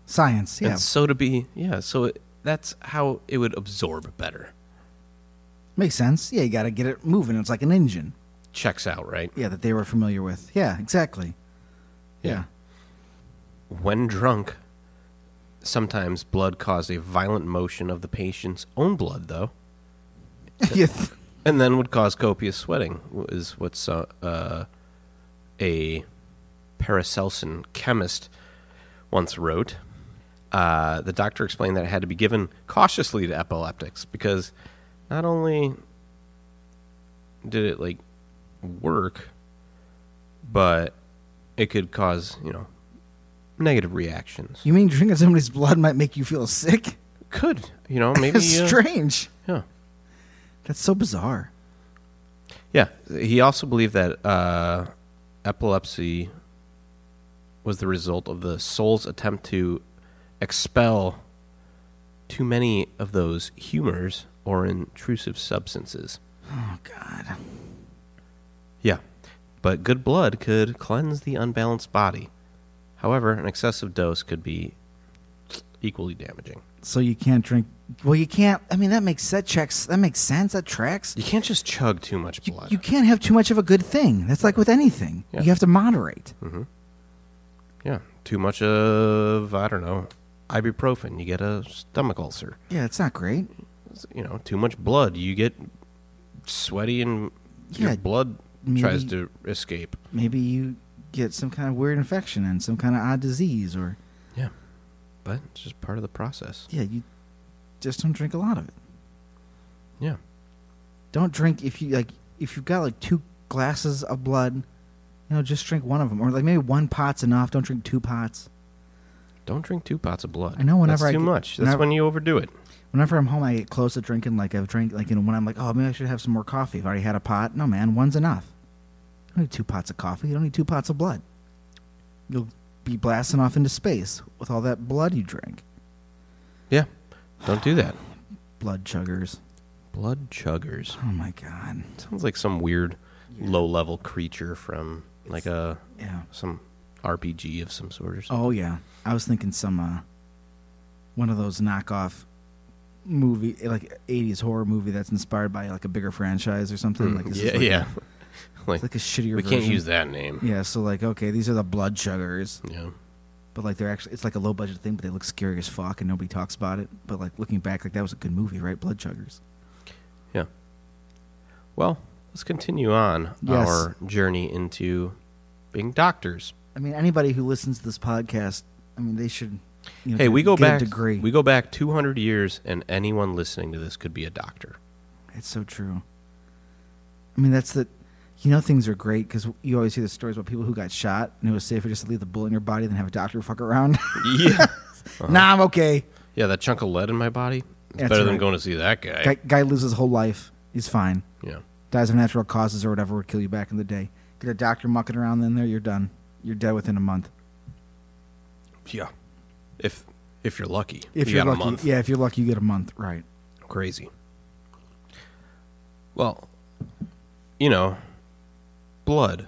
[SPEAKER 1] Science. Yeah,
[SPEAKER 2] And so to be, yeah, so it, that's how it would absorb better.
[SPEAKER 1] makes sense. Yeah, you got to get it moving. It's like an engine.
[SPEAKER 2] checks out, right?
[SPEAKER 1] Yeah, that they were familiar with. Yeah, exactly.
[SPEAKER 2] Yeah. When drunk, sometimes blood caused a violent motion of the patient's own blood, though,
[SPEAKER 1] Yeah. Yeah.
[SPEAKER 2] and then would cause copious sweating, w- is what's uh, uh, a Paracelsian chemist once wrote. Uh, the doctor explained that it had to be given cautiously to epileptics because not only did it like work, but it could cause you know negative reactions.
[SPEAKER 1] You mean drinking somebody's blood might make you feel sick?
[SPEAKER 2] could you know maybe
[SPEAKER 1] That's
[SPEAKER 2] uh,
[SPEAKER 1] strange.
[SPEAKER 2] yeah
[SPEAKER 1] That's so bizarre.
[SPEAKER 2] yeah. He also believed that uh, epilepsy was the result of the soul's attempt to expel too many of those humors or intrusive substances.
[SPEAKER 1] Oh God.
[SPEAKER 2] Yeah. But good blood could cleanse the unbalanced body. However, an excessive dose could be equally damaging.
[SPEAKER 1] So you can't drink. Well, you can't. I mean, that makes that checks. That makes sense. That tracks.
[SPEAKER 2] You can't just chug too much
[SPEAKER 1] You,
[SPEAKER 2] blood.
[SPEAKER 1] you can't have too much of a good thing. That's like with anything.
[SPEAKER 2] Yeah. Hmm.
[SPEAKER 1] You have to moderate.
[SPEAKER 2] yeah, too much of I don't know, ibuprofen, you get a stomach ulcer.
[SPEAKER 1] Yeah, it's not great.
[SPEAKER 2] You know, too much blood, you get sweaty and
[SPEAKER 1] Yeah,
[SPEAKER 2] your blood tries
[SPEAKER 1] maybe-
[SPEAKER 2] to escape.
[SPEAKER 1] Maybe you get some kind of weird infection and some kind of odd disease, or
[SPEAKER 2] Yeah. But it's just part of the process.
[SPEAKER 1] yeah, you just don't drink a lot of it.
[SPEAKER 2] Yeah.
[SPEAKER 1] Don't drink if you like. If you've got like two glasses of blood, you know, just drink one of them, or like maybe one pot's enough. Don't drink two pots.
[SPEAKER 2] Don't drink two pots of blood.
[SPEAKER 1] I know whenever
[SPEAKER 2] That's
[SPEAKER 1] I
[SPEAKER 2] too
[SPEAKER 1] get-
[SPEAKER 2] much. That's
[SPEAKER 1] whenever-
[SPEAKER 2] when you overdo it.
[SPEAKER 1] Whenever I'm home, I get close to drinking. Like I've drank, like you know, when I'm like, oh, maybe I should have some more coffee. I've already had a pot. No, man, one's enough. You don't need two pots of coffee. You don't need two pots of blood. You'll be blasting off into space with all that blood you drink.
[SPEAKER 2] Yeah. Don't do that.
[SPEAKER 1] Blood chuggers.
[SPEAKER 2] Blood chuggers.
[SPEAKER 1] Oh my god.
[SPEAKER 2] Sounds like some weird low level creature from like a
[SPEAKER 1] Yeah.
[SPEAKER 2] some RPG of some sort or something.
[SPEAKER 1] Oh yeah. I was thinking some uh, one of those knockoff movie, like '80s horror movie that's inspired by like a bigger franchise or something. Like this is
[SPEAKER 2] Hmm. yeah,
[SPEAKER 1] like
[SPEAKER 2] yeah.
[SPEAKER 1] A,
[SPEAKER 2] like
[SPEAKER 1] like a shittier.
[SPEAKER 2] we
[SPEAKER 1] version.
[SPEAKER 2] can't use that name.
[SPEAKER 1] Yeah. So like, okay, these are the blood chuggers.
[SPEAKER 2] yeah.
[SPEAKER 1] But like they're actually it's like a low budget thing, but they look scary as fuck and nobody talks about it. But like looking back, like that was a good movie, right? Blood Chuggers.
[SPEAKER 2] Yeah. Well, let's continue on
[SPEAKER 1] Yes.
[SPEAKER 2] our journey into being doctors.
[SPEAKER 1] I mean, anybody who listens to this podcast, I mean, they should. You know,
[SPEAKER 2] Hey,
[SPEAKER 1] get-
[SPEAKER 2] we go
[SPEAKER 1] get a
[SPEAKER 2] back
[SPEAKER 1] degree.
[SPEAKER 2] we go back 200 years and anyone listening to this could be a doctor.
[SPEAKER 1] It's so true. I mean, that's the. You know, things are great because you always hear the stories about people who got shot and it was safer just to leave the bullet in your body than have a doctor fuck around.
[SPEAKER 2] yeah. uh-huh.
[SPEAKER 1] nah, I'm okay.
[SPEAKER 2] Yeah, that chunk of lead in my body. It's
[SPEAKER 1] That's
[SPEAKER 2] better than
[SPEAKER 1] right.
[SPEAKER 2] going to see that guy.
[SPEAKER 1] Guy, guy loses his whole life. He's fine.
[SPEAKER 2] Yeah.
[SPEAKER 1] Dies of natural causes or whatever would kill you back in the day. Get a doctor mucking around in there, you're done. You're dead within a month.
[SPEAKER 2] Yeah. If if you're lucky.
[SPEAKER 1] If
[SPEAKER 2] you
[SPEAKER 1] you are
[SPEAKER 2] got
[SPEAKER 1] lucky,
[SPEAKER 2] a month.
[SPEAKER 1] yeah. If you're lucky, you get a month, right?
[SPEAKER 2] Crazy. Well, you know, blood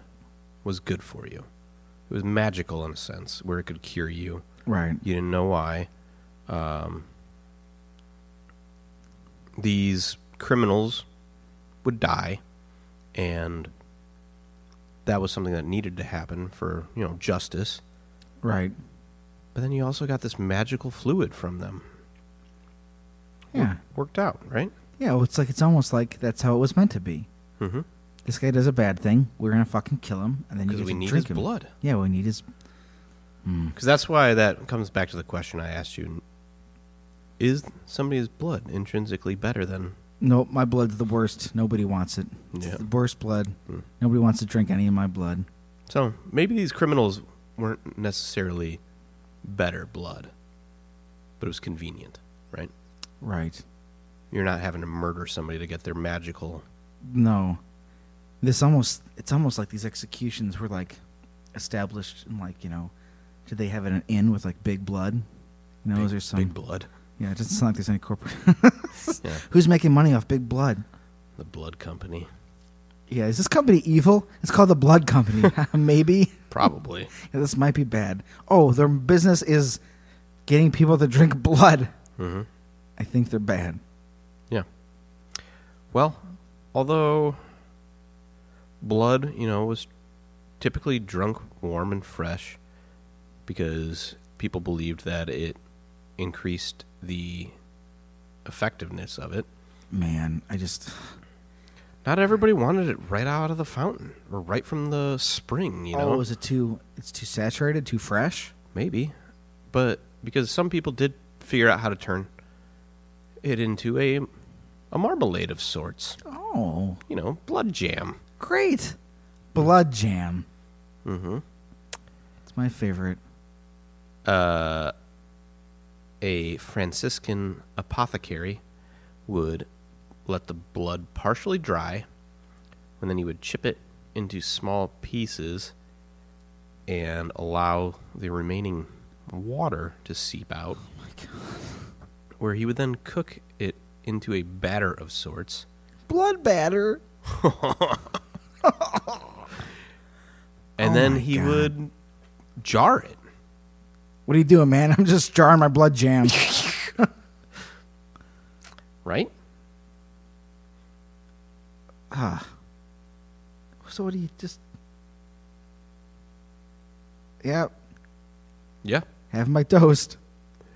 [SPEAKER 2] was good for you. It was magical in a sense where it could cure you.
[SPEAKER 1] Right.
[SPEAKER 2] You didn't know why. Um, these criminals would die, and that was something that needed to happen for, you know, justice.
[SPEAKER 1] Right.
[SPEAKER 2] But then you also got this magical fluid from them.
[SPEAKER 1] Yeah.
[SPEAKER 2] Worked out, right?
[SPEAKER 1] Yeah. Well, it's like it's almost like that's how it was meant to be.
[SPEAKER 2] Mm hmm.
[SPEAKER 1] This guy does a bad thing. We're gonna fucking kill him, and then you
[SPEAKER 2] Because
[SPEAKER 1] get Mm.
[SPEAKER 2] we
[SPEAKER 1] to
[SPEAKER 2] need his
[SPEAKER 1] drink him.
[SPEAKER 2] blood.
[SPEAKER 1] Yeah, we need his.
[SPEAKER 2] Because that's why that comes back to the question I asked you: Is somebody's blood intrinsically better than?
[SPEAKER 1] No, my blood's the worst. Nobody wants it. It's
[SPEAKER 2] Yeah. Hmm.
[SPEAKER 1] the worst blood. Nobody wants to drink any of my blood.
[SPEAKER 2] So maybe these criminals weren't necessarily better blood, but it was convenient, right?
[SPEAKER 1] Right.
[SPEAKER 2] You're not having to murder somebody to get their magical.
[SPEAKER 1] No. This almost it's almost like these executions were like established and like you know, did they have an inn with like big blood? You know,
[SPEAKER 2] big,
[SPEAKER 1] is there some?
[SPEAKER 2] big blood?
[SPEAKER 1] Yeah, it doesn't sound like there's any corporate.
[SPEAKER 2] Yeah,
[SPEAKER 1] Who's making money off big blood?
[SPEAKER 2] the blood company,
[SPEAKER 1] Yeah, is this company evil? It's called the Blood Company. Maybe
[SPEAKER 2] probably.
[SPEAKER 1] Yeah, this might be bad. Oh, their business is getting people to drink blood.
[SPEAKER 2] mm-hmm.
[SPEAKER 1] I think they're bad.
[SPEAKER 2] Yeah. Well, although blood, you know, was typically drunk warm and fresh because people believed that it increased the effectiveness of it.
[SPEAKER 1] Man, I just
[SPEAKER 2] Not everybody wanted it right out of the fountain or right from the spring, you know.
[SPEAKER 1] oh, is it too? It's too saturated, too fresh.
[SPEAKER 2] Maybe. But because some people did figure out how to turn it into a a marmalade of sorts,
[SPEAKER 1] Oh,
[SPEAKER 2] you know, blood jam.
[SPEAKER 1] great! Blood jam.
[SPEAKER 2] Mm-hmm.
[SPEAKER 1] It's my favorite.
[SPEAKER 2] Uh, a Franciscan apothecary would let the blood partially dry, and then he would chip it into small pieces and allow the remaining water to seep out. Oh my god. Where he would then cook it into a batter of sorts.
[SPEAKER 1] Blood batter.
[SPEAKER 2] And
[SPEAKER 1] Oh
[SPEAKER 2] then
[SPEAKER 1] my
[SPEAKER 2] he
[SPEAKER 1] God.
[SPEAKER 2] would jar it.
[SPEAKER 1] What are you doing, man? I'm just jarring my blood jam.
[SPEAKER 2] Right?
[SPEAKER 1] Ah. so what do you just? Yep.
[SPEAKER 2] Yeah.
[SPEAKER 1] Have my toast.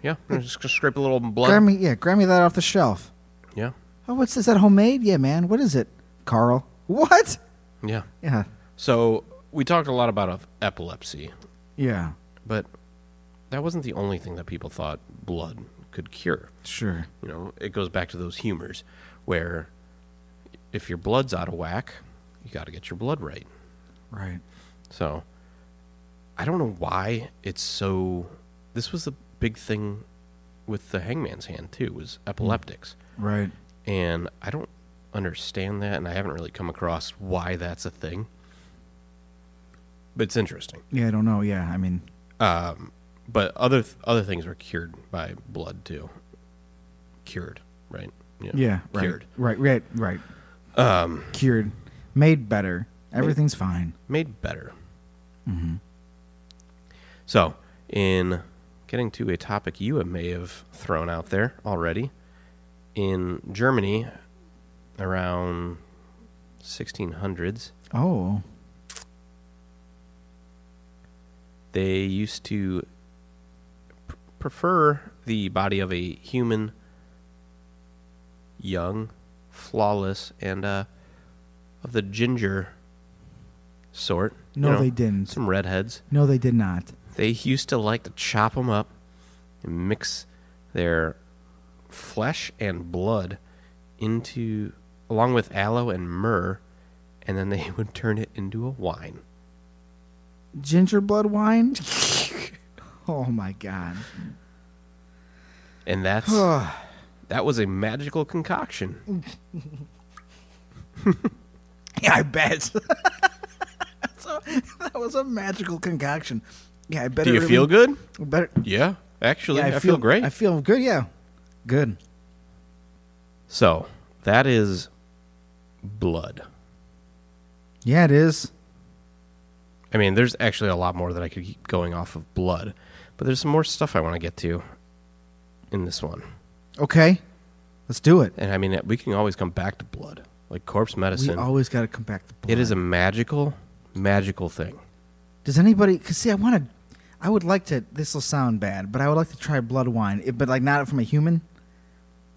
[SPEAKER 2] Yeah. I'm just gonna scrape a little blood.
[SPEAKER 1] Grab me, yeah, grab me that off the shelf.
[SPEAKER 2] Yeah.
[SPEAKER 1] Oh, what's this? Is that homemade? Yeah, man. What is it, Carl? What?
[SPEAKER 2] Yeah.
[SPEAKER 1] Yeah,
[SPEAKER 2] So we talked a lot about of epilepsy,
[SPEAKER 1] yeah,
[SPEAKER 2] but that wasn't the only thing that people thought blood could cure.
[SPEAKER 1] sure.
[SPEAKER 2] You know, it goes back to those humors where if your blood's out of whack, you got to get your blood right.
[SPEAKER 1] Right.
[SPEAKER 2] So I don't know why it's so. This was the big thing with the hangman's hand too was epileptics,
[SPEAKER 1] Right.
[SPEAKER 2] and I don't understand that, and I haven't really come across why that's a thing. But it's interesting.
[SPEAKER 1] Yeah, I don't know. Yeah, I mean,
[SPEAKER 2] Um, but other th- other things were cured by blood too. Cured, right?
[SPEAKER 1] yeah, right,
[SPEAKER 2] cured.
[SPEAKER 1] right, right, right. Um, cured, made better. Everything's fine.
[SPEAKER 2] made better.
[SPEAKER 1] Mm-hmm.
[SPEAKER 2] So, in getting to a topic you may have thrown out there already, in Germany, around 1600s,
[SPEAKER 1] Oh,
[SPEAKER 2] they used to p- prefer the body of a human, young, flawless, and uh, of the ginger sort. you
[SPEAKER 1] no,
[SPEAKER 2] know,
[SPEAKER 1] they didn't.
[SPEAKER 2] Some redheads.
[SPEAKER 1] No, they did not.
[SPEAKER 2] they used to like to chop them up and mix their flesh and blood into along with aloe and myrrh and then they would turn it into a wine
[SPEAKER 1] Ginger blood wine. oh my god.
[SPEAKER 2] and that's that was a magical concoction
[SPEAKER 1] Yeah, I bet. So, that was a magical concoction. Yeah, I bet.
[SPEAKER 2] do
[SPEAKER 1] it
[SPEAKER 2] you
[SPEAKER 1] really-
[SPEAKER 2] feel good
[SPEAKER 1] Better.
[SPEAKER 2] yeah actually
[SPEAKER 1] yeah,
[SPEAKER 2] I, feel, great
[SPEAKER 1] I feel good. Yeah, good.
[SPEAKER 2] so that is blood
[SPEAKER 1] Yeah, it is.
[SPEAKER 2] i mean there's actually a lot more that i could keep going off of blood but there's some more stuff i want to get to in this one
[SPEAKER 1] Okay, let's do it.
[SPEAKER 2] And I mean, we can always come back to blood, like corpse
[SPEAKER 1] We
[SPEAKER 2] medicine.
[SPEAKER 1] always got to come back to blood.
[SPEAKER 2] It is a magical, magical thing.
[SPEAKER 1] Does anybody? Cause see, I want to. I would like to. This will sound bad, but I would like to try blood wine, it, but like not from a human.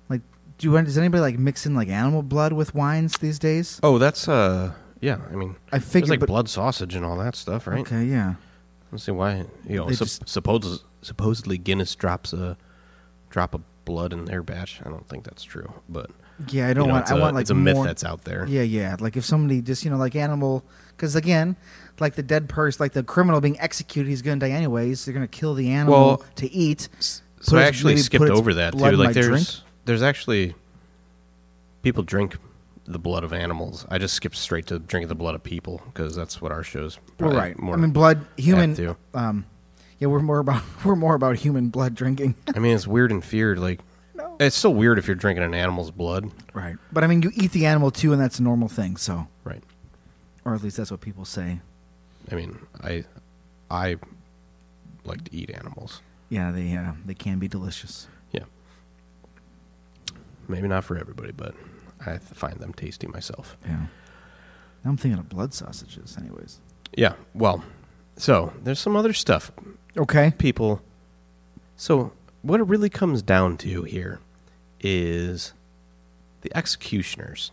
[SPEAKER 1] Like, do you, does anybody like mix in like animal blood with wines these days?
[SPEAKER 2] Oh, that's uh, yeah. I mean,
[SPEAKER 1] I figured,
[SPEAKER 2] there's like
[SPEAKER 1] but-
[SPEAKER 2] blood sausage and all that stuff, right?
[SPEAKER 1] Okay, yeah.
[SPEAKER 2] Let's see why you know.
[SPEAKER 1] They
[SPEAKER 2] sup-
[SPEAKER 1] just-
[SPEAKER 2] suppose supposedly Guinness drops a drop of blood in their batch. I don't think that's true, but
[SPEAKER 1] Yeah, I don't
[SPEAKER 2] you know,
[SPEAKER 1] want.
[SPEAKER 2] it's
[SPEAKER 1] I
[SPEAKER 2] a-
[SPEAKER 1] want like
[SPEAKER 2] it's a myth
[SPEAKER 1] more-
[SPEAKER 2] that's out there.
[SPEAKER 1] Yeah, yeah. Like if somebody just you know like animal, because again, like the dead person, like the criminal being executed, he's gonna die anyways. They're gonna kill the animal
[SPEAKER 2] Well,
[SPEAKER 1] to eat.
[SPEAKER 2] So
[SPEAKER 1] Put
[SPEAKER 2] I
[SPEAKER 1] its-
[SPEAKER 2] actually
[SPEAKER 1] maybe
[SPEAKER 2] skipped
[SPEAKER 1] put its
[SPEAKER 2] over that too.
[SPEAKER 1] blood in my
[SPEAKER 2] Like there's
[SPEAKER 1] drink?
[SPEAKER 2] there's actually people drink the blood of animals. I just skipped straight to drinking the blood of people because that's what our shows.
[SPEAKER 1] All
[SPEAKER 2] probably
[SPEAKER 1] right.
[SPEAKER 2] More
[SPEAKER 1] I mean, blood, human.
[SPEAKER 2] to.
[SPEAKER 1] Um, yeah, we're more about we're more about human blood drinking.
[SPEAKER 2] I mean, it's weird and feared. Like
[SPEAKER 1] No.
[SPEAKER 2] it's still weird if you're drinking an animal's blood,
[SPEAKER 1] Right. But I mean, you eat the animal too, and that's a normal thing. So,
[SPEAKER 2] right?
[SPEAKER 1] or at least that's what people say.
[SPEAKER 2] I mean, I I like to eat animals.
[SPEAKER 1] Yeah, they uh, they can be delicious.
[SPEAKER 2] Yeah, maybe not for everybody, but I find them tasty myself.
[SPEAKER 1] Yeah. Now I'm thinking of blood sausages, anyways.
[SPEAKER 2] Yeah. Well, so there's some other stuff
[SPEAKER 1] Okay.
[SPEAKER 2] people. So, what it really comes down to here is the executioners.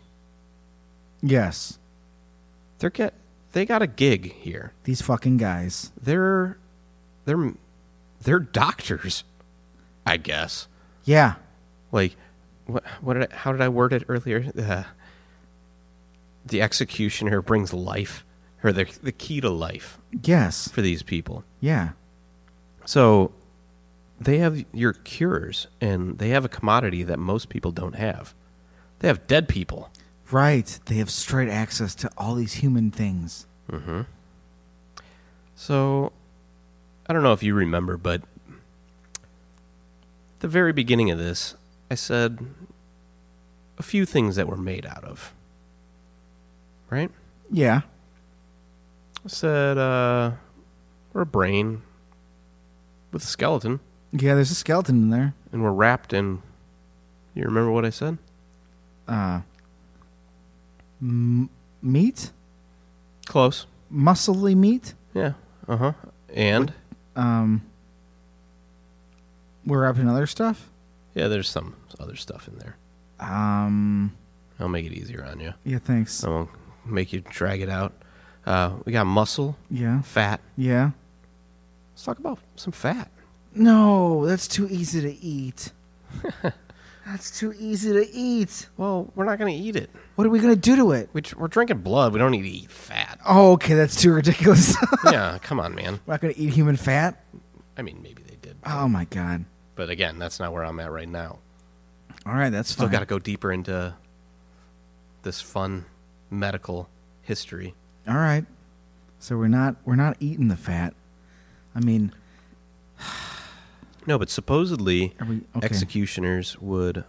[SPEAKER 1] Yes.
[SPEAKER 2] They're get they got a gig here.
[SPEAKER 1] These fucking guys.
[SPEAKER 2] They're they're they're doctors, I guess.
[SPEAKER 1] Yeah.
[SPEAKER 2] Like what what did I, how did I word it earlier? Uh, the executioner brings life or the, the key to life
[SPEAKER 1] Yes.
[SPEAKER 2] for these people.
[SPEAKER 1] Yeah.
[SPEAKER 2] So they have your cures, and they have a commodity that most people don't have. They have dead people.
[SPEAKER 1] Right. They have straight access to all these human things.
[SPEAKER 2] So, I don't know if you remember, but at the very beginning of this, I said a few things that were made out of. Right?
[SPEAKER 1] Yeah.
[SPEAKER 2] I said, uh, we're a brain with a skeleton,
[SPEAKER 1] Yeah, there's a skeleton in there.
[SPEAKER 2] and we're wrapped in. You remember what I said?
[SPEAKER 1] Uh, m- meat?
[SPEAKER 2] Close.
[SPEAKER 1] Muscly meat?
[SPEAKER 2] Yeah. Uh huh. And,
[SPEAKER 1] Um, we're up in other stuff?
[SPEAKER 2] yeah, there's some other stuff in there.
[SPEAKER 1] Um,
[SPEAKER 2] I'll make it easier on you.
[SPEAKER 1] yeah, thanks.
[SPEAKER 2] I won't make you drag it out. Uh, we got muscle,
[SPEAKER 1] Yeah.
[SPEAKER 2] fat,
[SPEAKER 1] Yeah.
[SPEAKER 2] Let's talk about some fat.
[SPEAKER 1] No, that's too easy to eat. that's too easy to eat.
[SPEAKER 2] Well, we're not going to eat it.
[SPEAKER 1] What are we going to do to it?
[SPEAKER 2] Which we're drinking blood. We don't need to eat fat.
[SPEAKER 1] Oh, okay, that's too ridiculous. we're
[SPEAKER 2] yeah, come on, man.
[SPEAKER 1] not going to eat human fat?
[SPEAKER 2] I mean, maybe they did,
[SPEAKER 1] Oh, my God.
[SPEAKER 2] but again, that's not where I'm at right now.
[SPEAKER 1] All right, that's
[SPEAKER 2] Still
[SPEAKER 1] fine.
[SPEAKER 2] got to go deeper into this fun medical history.
[SPEAKER 1] All right. So we're not we're not eating the fat. I mean,
[SPEAKER 2] No, but supposedly
[SPEAKER 1] are we okay?
[SPEAKER 2] executioners would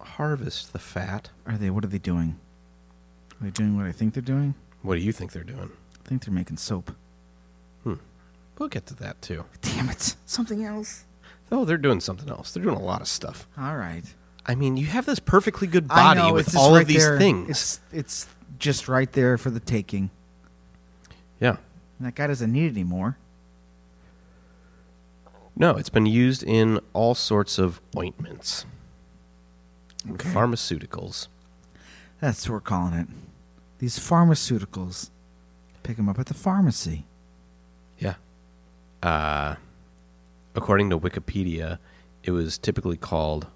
[SPEAKER 2] harvest the fat.
[SPEAKER 1] are they? What are they doing? Are they doing what I think they're doing?
[SPEAKER 2] What do you think they're doing?
[SPEAKER 1] I think they're making soap.
[SPEAKER 2] We'll get to that too.
[SPEAKER 1] Damn it! Something else.
[SPEAKER 2] Oh, they're doing something else. They're doing a lot of stuff.
[SPEAKER 1] All right.
[SPEAKER 2] I mean, you have this perfectly good
[SPEAKER 1] I
[SPEAKER 2] body
[SPEAKER 1] know, it's
[SPEAKER 2] with
[SPEAKER 1] just
[SPEAKER 2] all
[SPEAKER 1] right
[SPEAKER 2] of these
[SPEAKER 1] there.
[SPEAKER 2] things.
[SPEAKER 1] It's it's just right there for the taking.
[SPEAKER 2] yeah.
[SPEAKER 1] And that guy doesn't need it anymore.
[SPEAKER 2] No, it's been used in all sorts of ointments, and
[SPEAKER 1] Okay.
[SPEAKER 2] pharmaceuticals.
[SPEAKER 1] That's what we're calling it. These pharmaceuticals. Pick them up at the pharmacy.
[SPEAKER 2] Yeah. Uh, according to Wikipedia, it was typically called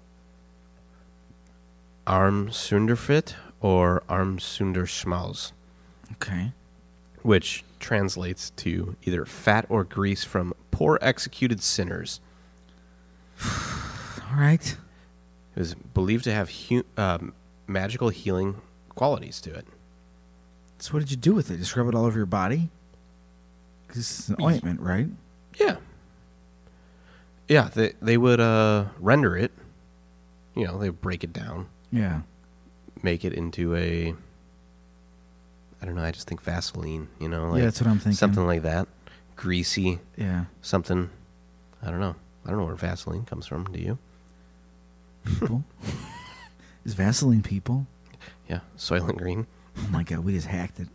[SPEAKER 2] Armsunderfit or Armsunderschmaus,
[SPEAKER 1] Okay.
[SPEAKER 2] which translates to either fat or grease from poor executed sinners.
[SPEAKER 1] All right.
[SPEAKER 2] It was believed to have hu- um, magical healing qualities to it.
[SPEAKER 1] So what did you do with it? Just rub it all over your body? 'Cause this is an ointment, right?
[SPEAKER 2] Yeah. Yeah, they they would uh, render it. You know, they would break it down,
[SPEAKER 1] Yeah.
[SPEAKER 2] make it into a. I don't know. I just think Vaseline. You know, like
[SPEAKER 1] yeah, that's what I'm thinking.
[SPEAKER 2] something like that, greasy
[SPEAKER 1] Yeah.
[SPEAKER 2] something. I don't know. I don't know where Vaseline comes from. Do you?
[SPEAKER 1] People. is Vaseline people?
[SPEAKER 2] Yeah, Soylent Green.
[SPEAKER 1] Oh my god, we just hacked it.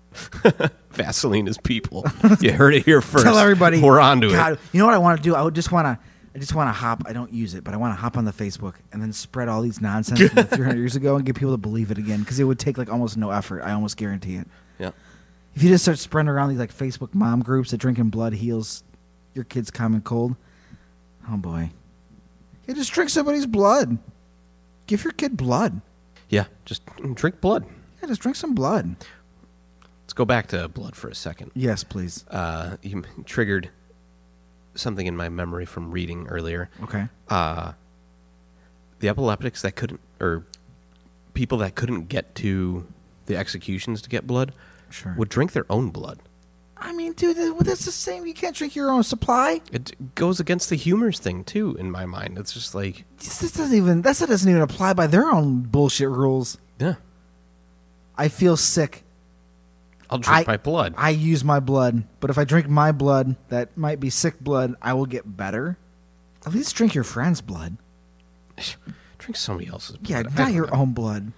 [SPEAKER 2] Vaseline is people. you heard it here first.
[SPEAKER 1] Tell everybody
[SPEAKER 2] we're onto
[SPEAKER 1] God,
[SPEAKER 2] it.
[SPEAKER 1] You know what I want to do? I would just want to. I just want to hop. I don't use it, but I want to hop on the Facebook and then spread all these nonsense from 300 years ago and get people to believe it again because it would take like almost no effort. I almost guarantee it.
[SPEAKER 2] Yeah.
[SPEAKER 1] If you just start spreading around these like Facebook mom groups that drinking blood heals your kids common cold, oh boy. Yeah, just drink somebody's blood. Give your kid blood.
[SPEAKER 2] Yeah, just drink blood.
[SPEAKER 1] Yeah, just drink some blood.
[SPEAKER 2] Let's go back to blood for a second.
[SPEAKER 1] Yes, please.
[SPEAKER 2] uh, you m- triggered something in my memory from reading earlier.
[SPEAKER 1] Okay.
[SPEAKER 2] Uh, the epileptics that couldn't, or people that couldn't get to the executions to get blood,
[SPEAKER 1] Sure.
[SPEAKER 2] would drink their own blood.
[SPEAKER 1] I mean, dude, th- well, that's the same. You can't drink your own supply.
[SPEAKER 2] It goes against the humors thing too, in my mind. It's just like,
[SPEAKER 1] This, this doesn't even. That's, that doesn't even apply by their own bullshit rules.
[SPEAKER 2] yeah,
[SPEAKER 1] I feel sick.
[SPEAKER 2] I'll drink
[SPEAKER 1] I-
[SPEAKER 2] my blood.
[SPEAKER 1] I use my blood, but if I drink my blood, that might be sick blood. I will get better. At least drink your friend's blood.
[SPEAKER 2] drink somebody else's. Blood.
[SPEAKER 1] Yeah,
[SPEAKER 2] I
[SPEAKER 1] not
[SPEAKER 2] don't
[SPEAKER 1] your
[SPEAKER 2] know.
[SPEAKER 1] own blood.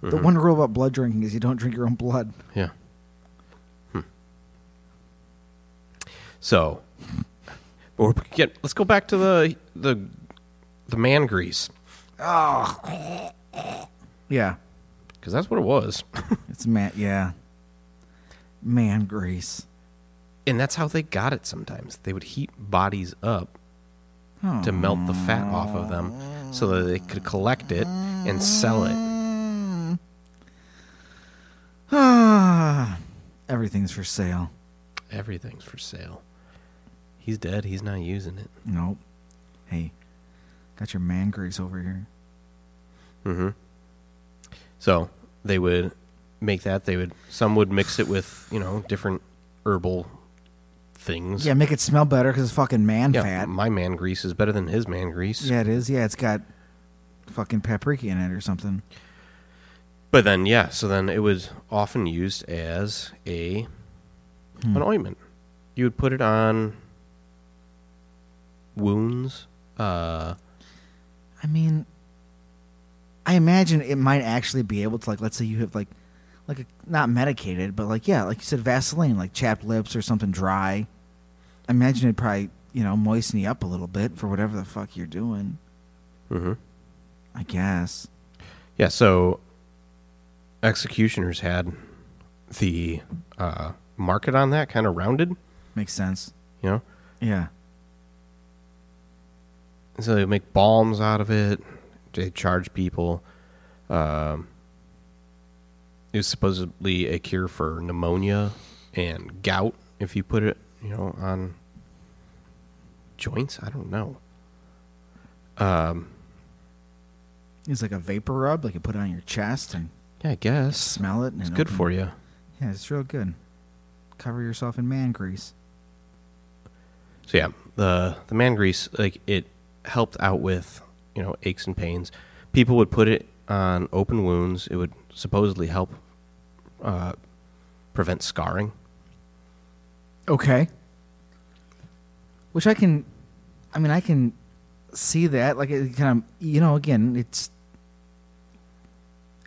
[SPEAKER 1] The one rule about blood drinking is you don't drink your own blood.
[SPEAKER 2] Yeah. Hmm. So, but we're get, let's go back to the the the man grease.
[SPEAKER 1] Yeah,
[SPEAKER 2] because that's what it was.
[SPEAKER 1] it's man. Yeah, man, Grace.
[SPEAKER 2] and that's how they got it sometimes. They would heat bodies up to melt the fat off of them so that they could collect it and sell it.
[SPEAKER 1] Ah, Everything's for sale.
[SPEAKER 2] Everything's for sale. He's dead. He's not using it.
[SPEAKER 1] Nope. Hey, got your man grease over here.
[SPEAKER 2] Mm-hmm. So they would make that. They would some would mix it with you know different herbal things.
[SPEAKER 1] Yeah, make it smell better because it's fucking man
[SPEAKER 2] Yeah,
[SPEAKER 1] fat.
[SPEAKER 2] my man grease is better than his man grease.
[SPEAKER 1] Yeah, it is. Yeah, it's got fucking paprika in it or something.
[SPEAKER 2] But then yeah, so then it was often used as a an ointment. You would put it on wounds. Uh,
[SPEAKER 1] I mean, I imagine it might actually be able to like, let's say you have like, like a, not medicated, but like yeah, like you said, Vaseline, like chapped lips or something dry. I imagine it probably you know moisten you up a little bit for whatever the fuck you're doing.
[SPEAKER 2] mhm.
[SPEAKER 1] I guess.
[SPEAKER 2] Yeah, so executioners had the uh, market on that kind of rounded,
[SPEAKER 1] Makes sense.
[SPEAKER 2] you know.
[SPEAKER 1] Yeah.
[SPEAKER 2] So they make balms out of it. They charge people. Um, it was supposedly a cure for pneumonia and gout if you put it, you know, on joints. I don't know. Um,
[SPEAKER 1] It's like a vapor rub, like you put it on your chest and
[SPEAKER 2] yeah, I guess
[SPEAKER 1] smell it. And
[SPEAKER 2] it's good for you.
[SPEAKER 1] Yeah, it's real good. Cover yourself in man grease.
[SPEAKER 2] So yeah, the the man grease like it helped out with you know aches and pains. People would put it on open wounds. It would supposedly help uh, prevent scarring.
[SPEAKER 1] Okay. Which I can, I mean, I can see that. Like, it kind of, you know, again, it's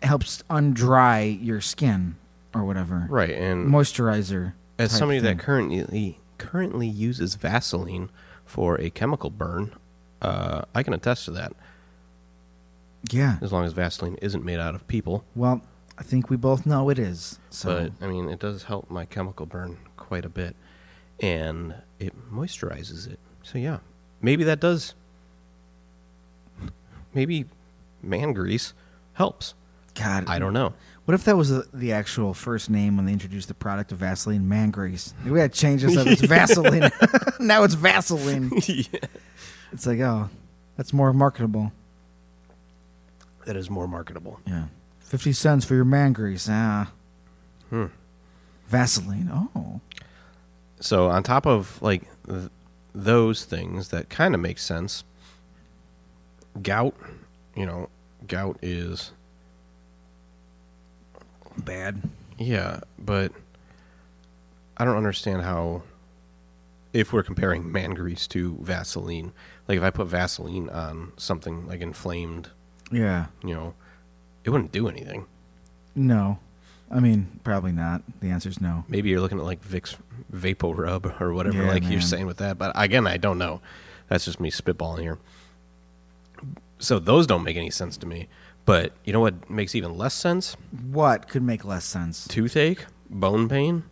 [SPEAKER 1] helps undry your skin or whatever.
[SPEAKER 2] Right, and
[SPEAKER 1] Moisturizer.
[SPEAKER 2] as
[SPEAKER 1] type
[SPEAKER 2] somebody
[SPEAKER 1] thing.
[SPEAKER 2] that currently currently uses Vaseline for a chemical burn, uh, I can attest to that.
[SPEAKER 1] yeah.
[SPEAKER 2] As long as Vaseline isn't made out of people,
[SPEAKER 1] Well, I think we both know it is. So
[SPEAKER 2] but I mean, it does help my chemical burn quite a bit, and it moisturizes it. So yeah, maybe that does. Maybe man grease helps.
[SPEAKER 1] God,
[SPEAKER 2] I don't know.
[SPEAKER 1] What if that was the, the actual first name when they introduced the product of Vaseline? Man grease. We got to change this up. It's Vaseline. now it's Vaseline. It's like, oh, that's more marketable.
[SPEAKER 2] That is more marketable.
[SPEAKER 1] Yeah. 50 cents for your man grease. Ah.
[SPEAKER 2] Hmm.
[SPEAKER 1] Vaseline. Oh.
[SPEAKER 2] so on top of like th- those things that kind of make sense gout you know gout is
[SPEAKER 1] Bad.
[SPEAKER 2] yeah but i don't understand how if we're comparing man grease to vaseline like if i put vaseline on something like inflamed
[SPEAKER 1] Yeah.
[SPEAKER 2] you know it wouldn't do anything
[SPEAKER 1] No. I mean, probably not. The answer's no.
[SPEAKER 2] maybe you're looking at like vicks Vapo rub or whatever
[SPEAKER 1] Yeah,
[SPEAKER 2] like
[SPEAKER 1] man.
[SPEAKER 2] you're saying with that but again i don't know that's just me spitballing here so those don't make any sense to me but you know what makes even less sense
[SPEAKER 1] What could make less sense?
[SPEAKER 2] toothache bone pain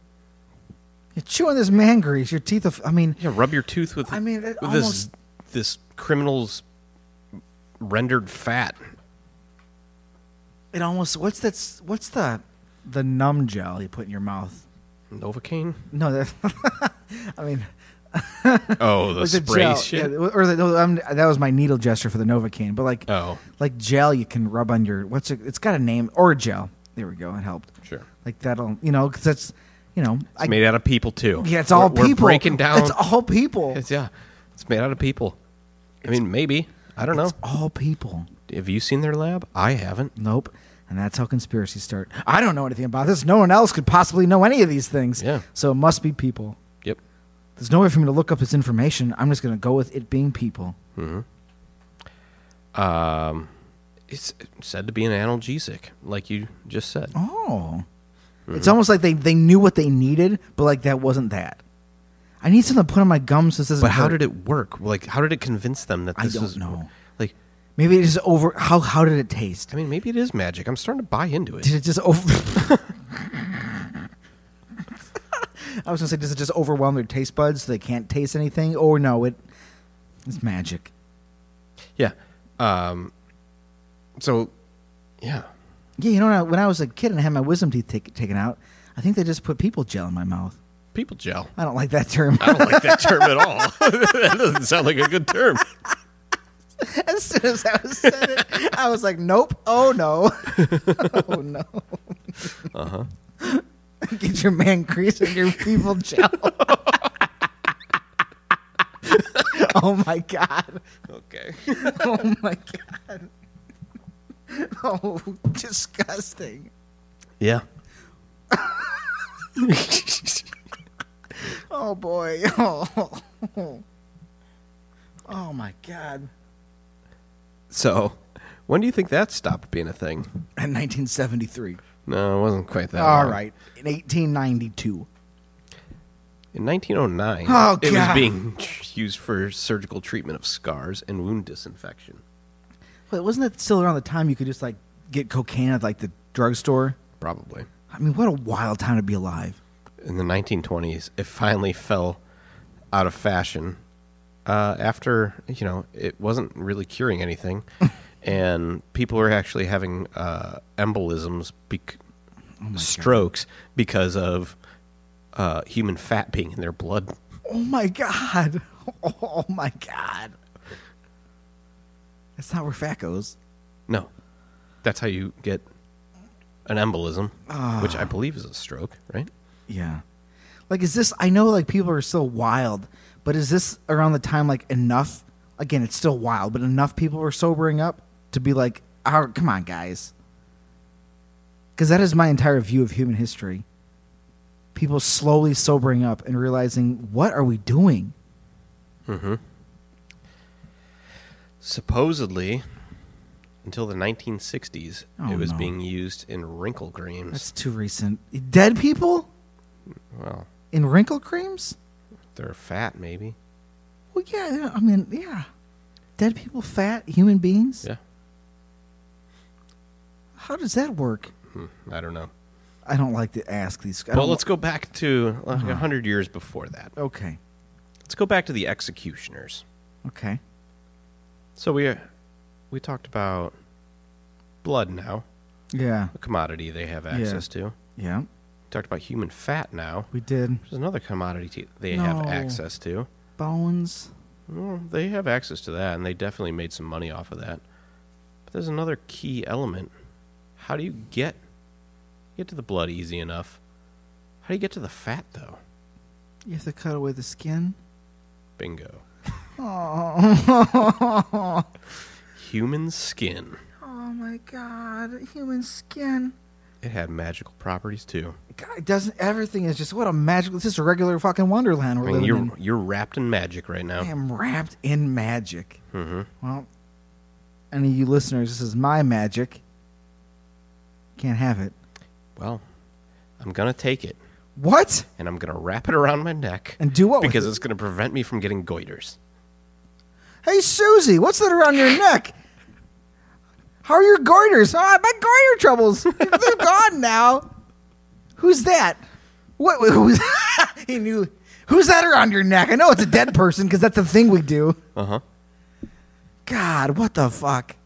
[SPEAKER 1] You're chewing this man grease. Your teeth. Are f- I mean,
[SPEAKER 2] yeah rub your tooth with,
[SPEAKER 1] I mean, it
[SPEAKER 2] with
[SPEAKER 1] almost-
[SPEAKER 2] this this criminal's rendered fat
[SPEAKER 1] it almost. What's that? s- What's the the numb gel you put in your mouth?
[SPEAKER 2] novocaine
[SPEAKER 1] No, that. I mean,
[SPEAKER 2] oh the
[SPEAKER 1] like
[SPEAKER 2] spray
[SPEAKER 1] gel,
[SPEAKER 2] shit
[SPEAKER 1] yeah, or the, no, I'm, that was my needle gesture for the Novocaine. But like,
[SPEAKER 2] oh
[SPEAKER 1] like gel you can rub on your what's it? It's got a name or gel. There we go. It helped.
[SPEAKER 2] sure
[SPEAKER 1] Like that'll you know because that's you know I,
[SPEAKER 2] it's made out of people too
[SPEAKER 1] yeah it's all
[SPEAKER 2] we're,
[SPEAKER 1] people
[SPEAKER 2] we're breaking down
[SPEAKER 1] It's all people.
[SPEAKER 2] It's yeah. It's made out of people. I mean, maybe. I don't know.
[SPEAKER 1] It's all people.
[SPEAKER 2] Have you seen their lab? I haven't.
[SPEAKER 1] Nope. And that's how conspiracies start. I don't know anything about this. No one else could possibly know any of these things.
[SPEAKER 2] Yeah.
[SPEAKER 1] So it must be people.
[SPEAKER 2] Yep.
[SPEAKER 1] There's no way for me to look up this information. I'm just going to go with it being people.
[SPEAKER 2] Um, it's said to be an analgesic, like you just said.
[SPEAKER 1] Oh.
[SPEAKER 2] Mm-hmm.
[SPEAKER 1] It's almost like they, they knew what they needed, but like that wasn't that. I need something to put on my gums so this doesn't
[SPEAKER 2] But how
[SPEAKER 1] hurt.
[SPEAKER 2] did it work? Like, how did it convince them that
[SPEAKER 1] I
[SPEAKER 2] this
[SPEAKER 1] don't
[SPEAKER 2] is?
[SPEAKER 1] know.
[SPEAKER 2] Like,
[SPEAKER 1] Maybe it just over how how did it taste?
[SPEAKER 2] I mean, maybe it is magic. I'm starting to buy into it.
[SPEAKER 1] Did it just over I was gonna say, does it just overwhelm their taste buds so they can't taste anything? Or no, it it's magic.
[SPEAKER 2] Yeah. Um. So, yeah.
[SPEAKER 1] Yeah, you know, when I, when I was a kid and I had my wisdom teeth take, taken out, I think they just put people gel in my mouth.
[SPEAKER 2] People gel.
[SPEAKER 1] I don't like that term.
[SPEAKER 2] I don't like that term at all. that doesn't sound like a good term.
[SPEAKER 1] as soon as I was said it, I was like, nope. Oh no. oh no. Uh huh. Get your man grease and your people gel. oh my god.
[SPEAKER 2] Okay.
[SPEAKER 1] Oh my god. Oh, disgusting.
[SPEAKER 2] Yeah.
[SPEAKER 1] Oh boy. Oh. Oh my god.
[SPEAKER 2] So, when do you think that stopped being a thing?
[SPEAKER 1] In 1973.
[SPEAKER 2] No, it wasn't quite that.
[SPEAKER 1] All
[SPEAKER 2] long.
[SPEAKER 1] right. In 1892.
[SPEAKER 2] In 1909,
[SPEAKER 1] Oh,
[SPEAKER 2] it was
[SPEAKER 1] God.
[SPEAKER 2] being used for surgical treatment of scars and wound disinfection.
[SPEAKER 1] Wait, wasn't that still around the time you could just like get cocaine at like the drugstore?
[SPEAKER 2] Probably.
[SPEAKER 1] I mean, what a wild time to be alive.
[SPEAKER 2] in the 1920s, it finally fell out of fashion. Uh, after you know, it wasn't really curing anything, and people were actually having uh, embolisms, bec-
[SPEAKER 1] Oh
[SPEAKER 2] strokes because of uh, human fat being in their blood.
[SPEAKER 1] Oh my god. Oh my god. That's not where fat goes.
[SPEAKER 2] No, that's how you get an embolism, which
[SPEAKER 1] Ah.
[SPEAKER 2] I believe is a stroke, right?
[SPEAKER 1] Yeah. Like, is this? I know, like, people are still wild, but is this around the time, like, enough? Again, it's still wild, but enough people were sobering up to be like, oh, come on, guys. Because that is my entire view of human history. People slowly sobering up and realizing, what are we doing?
[SPEAKER 2] Supposedly, until the 1960s,
[SPEAKER 1] Oh,
[SPEAKER 2] it was
[SPEAKER 1] no.
[SPEAKER 2] being used in wrinkle creams.
[SPEAKER 1] That's too recent. Dead people
[SPEAKER 2] Well,
[SPEAKER 1] in wrinkle creams?
[SPEAKER 2] they're fat, maybe.
[SPEAKER 1] Well, yeah, yeah, I mean, yeah. Dead people, fat human beings?
[SPEAKER 2] Yeah.
[SPEAKER 1] How does that work?
[SPEAKER 2] Hmm, I don't know.
[SPEAKER 1] I don't like to ask these. I
[SPEAKER 2] Well,
[SPEAKER 1] don't-
[SPEAKER 2] let's go back to like a hundred years before that.
[SPEAKER 1] Okay.
[SPEAKER 2] Let's go back to the executioners.
[SPEAKER 1] Okay.
[SPEAKER 2] So we uh, we talked about blood now,
[SPEAKER 1] Yeah.
[SPEAKER 2] a commodity they have access to. We
[SPEAKER 1] Yeah.
[SPEAKER 2] talked about human fat now,
[SPEAKER 1] We did
[SPEAKER 2] which is another commodity t- they have
[SPEAKER 1] No.
[SPEAKER 2] access to.
[SPEAKER 1] bones.
[SPEAKER 2] Well, they have access to that, and they definitely made some money off of that. But there's another key element. How do you get get to the blood easy enough? How do you get to the fat though?
[SPEAKER 1] You have to cut away the skin.
[SPEAKER 2] Bingo.
[SPEAKER 1] Oh.
[SPEAKER 2] Human skin.
[SPEAKER 1] oh my god, human skin.
[SPEAKER 2] It had magical properties too.
[SPEAKER 1] God, it doesn't everything is just what a magical. It's just a regular fucking wonderland
[SPEAKER 2] I
[SPEAKER 1] we're
[SPEAKER 2] mean,
[SPEAKER 1] living
[SPEAKER 2] you're
[SPEAKER 1] in.
[SPEAKER 2] you're wrapped in magic right
[SPEAKER 1] I
[SPEAKER 2] now.
[SPEAKER 1] am wrapped in magic.
[SPEAKER 2] hmm
[SPEAKER 1] Well, any of you listeners, this is my magic. Can't have it.
[SPEAKER 2] Well, I'm gonna take it
[SPEAKER 1] What?
[SPEAKER 2] and I'm gonna wrap it around my neck
[SPEAKER 1] And do what? with
[SPEAKER 2] because
[SPEAKER 1] it?
[SPEAKER 2] it's gonna prevent me from getting goiters.
[SPEAKER 1] Hey, Susie, what's that around your neck? How are your goiters? Oh, my goiter troubles. They're gone now. Who's that? What? Who's, he knew. Who's that around your neck? I know it's a dead person because that's the thing we do.
[SPEAKER 2] Uh huh.
[SPEAKER 1] God, what the fuck?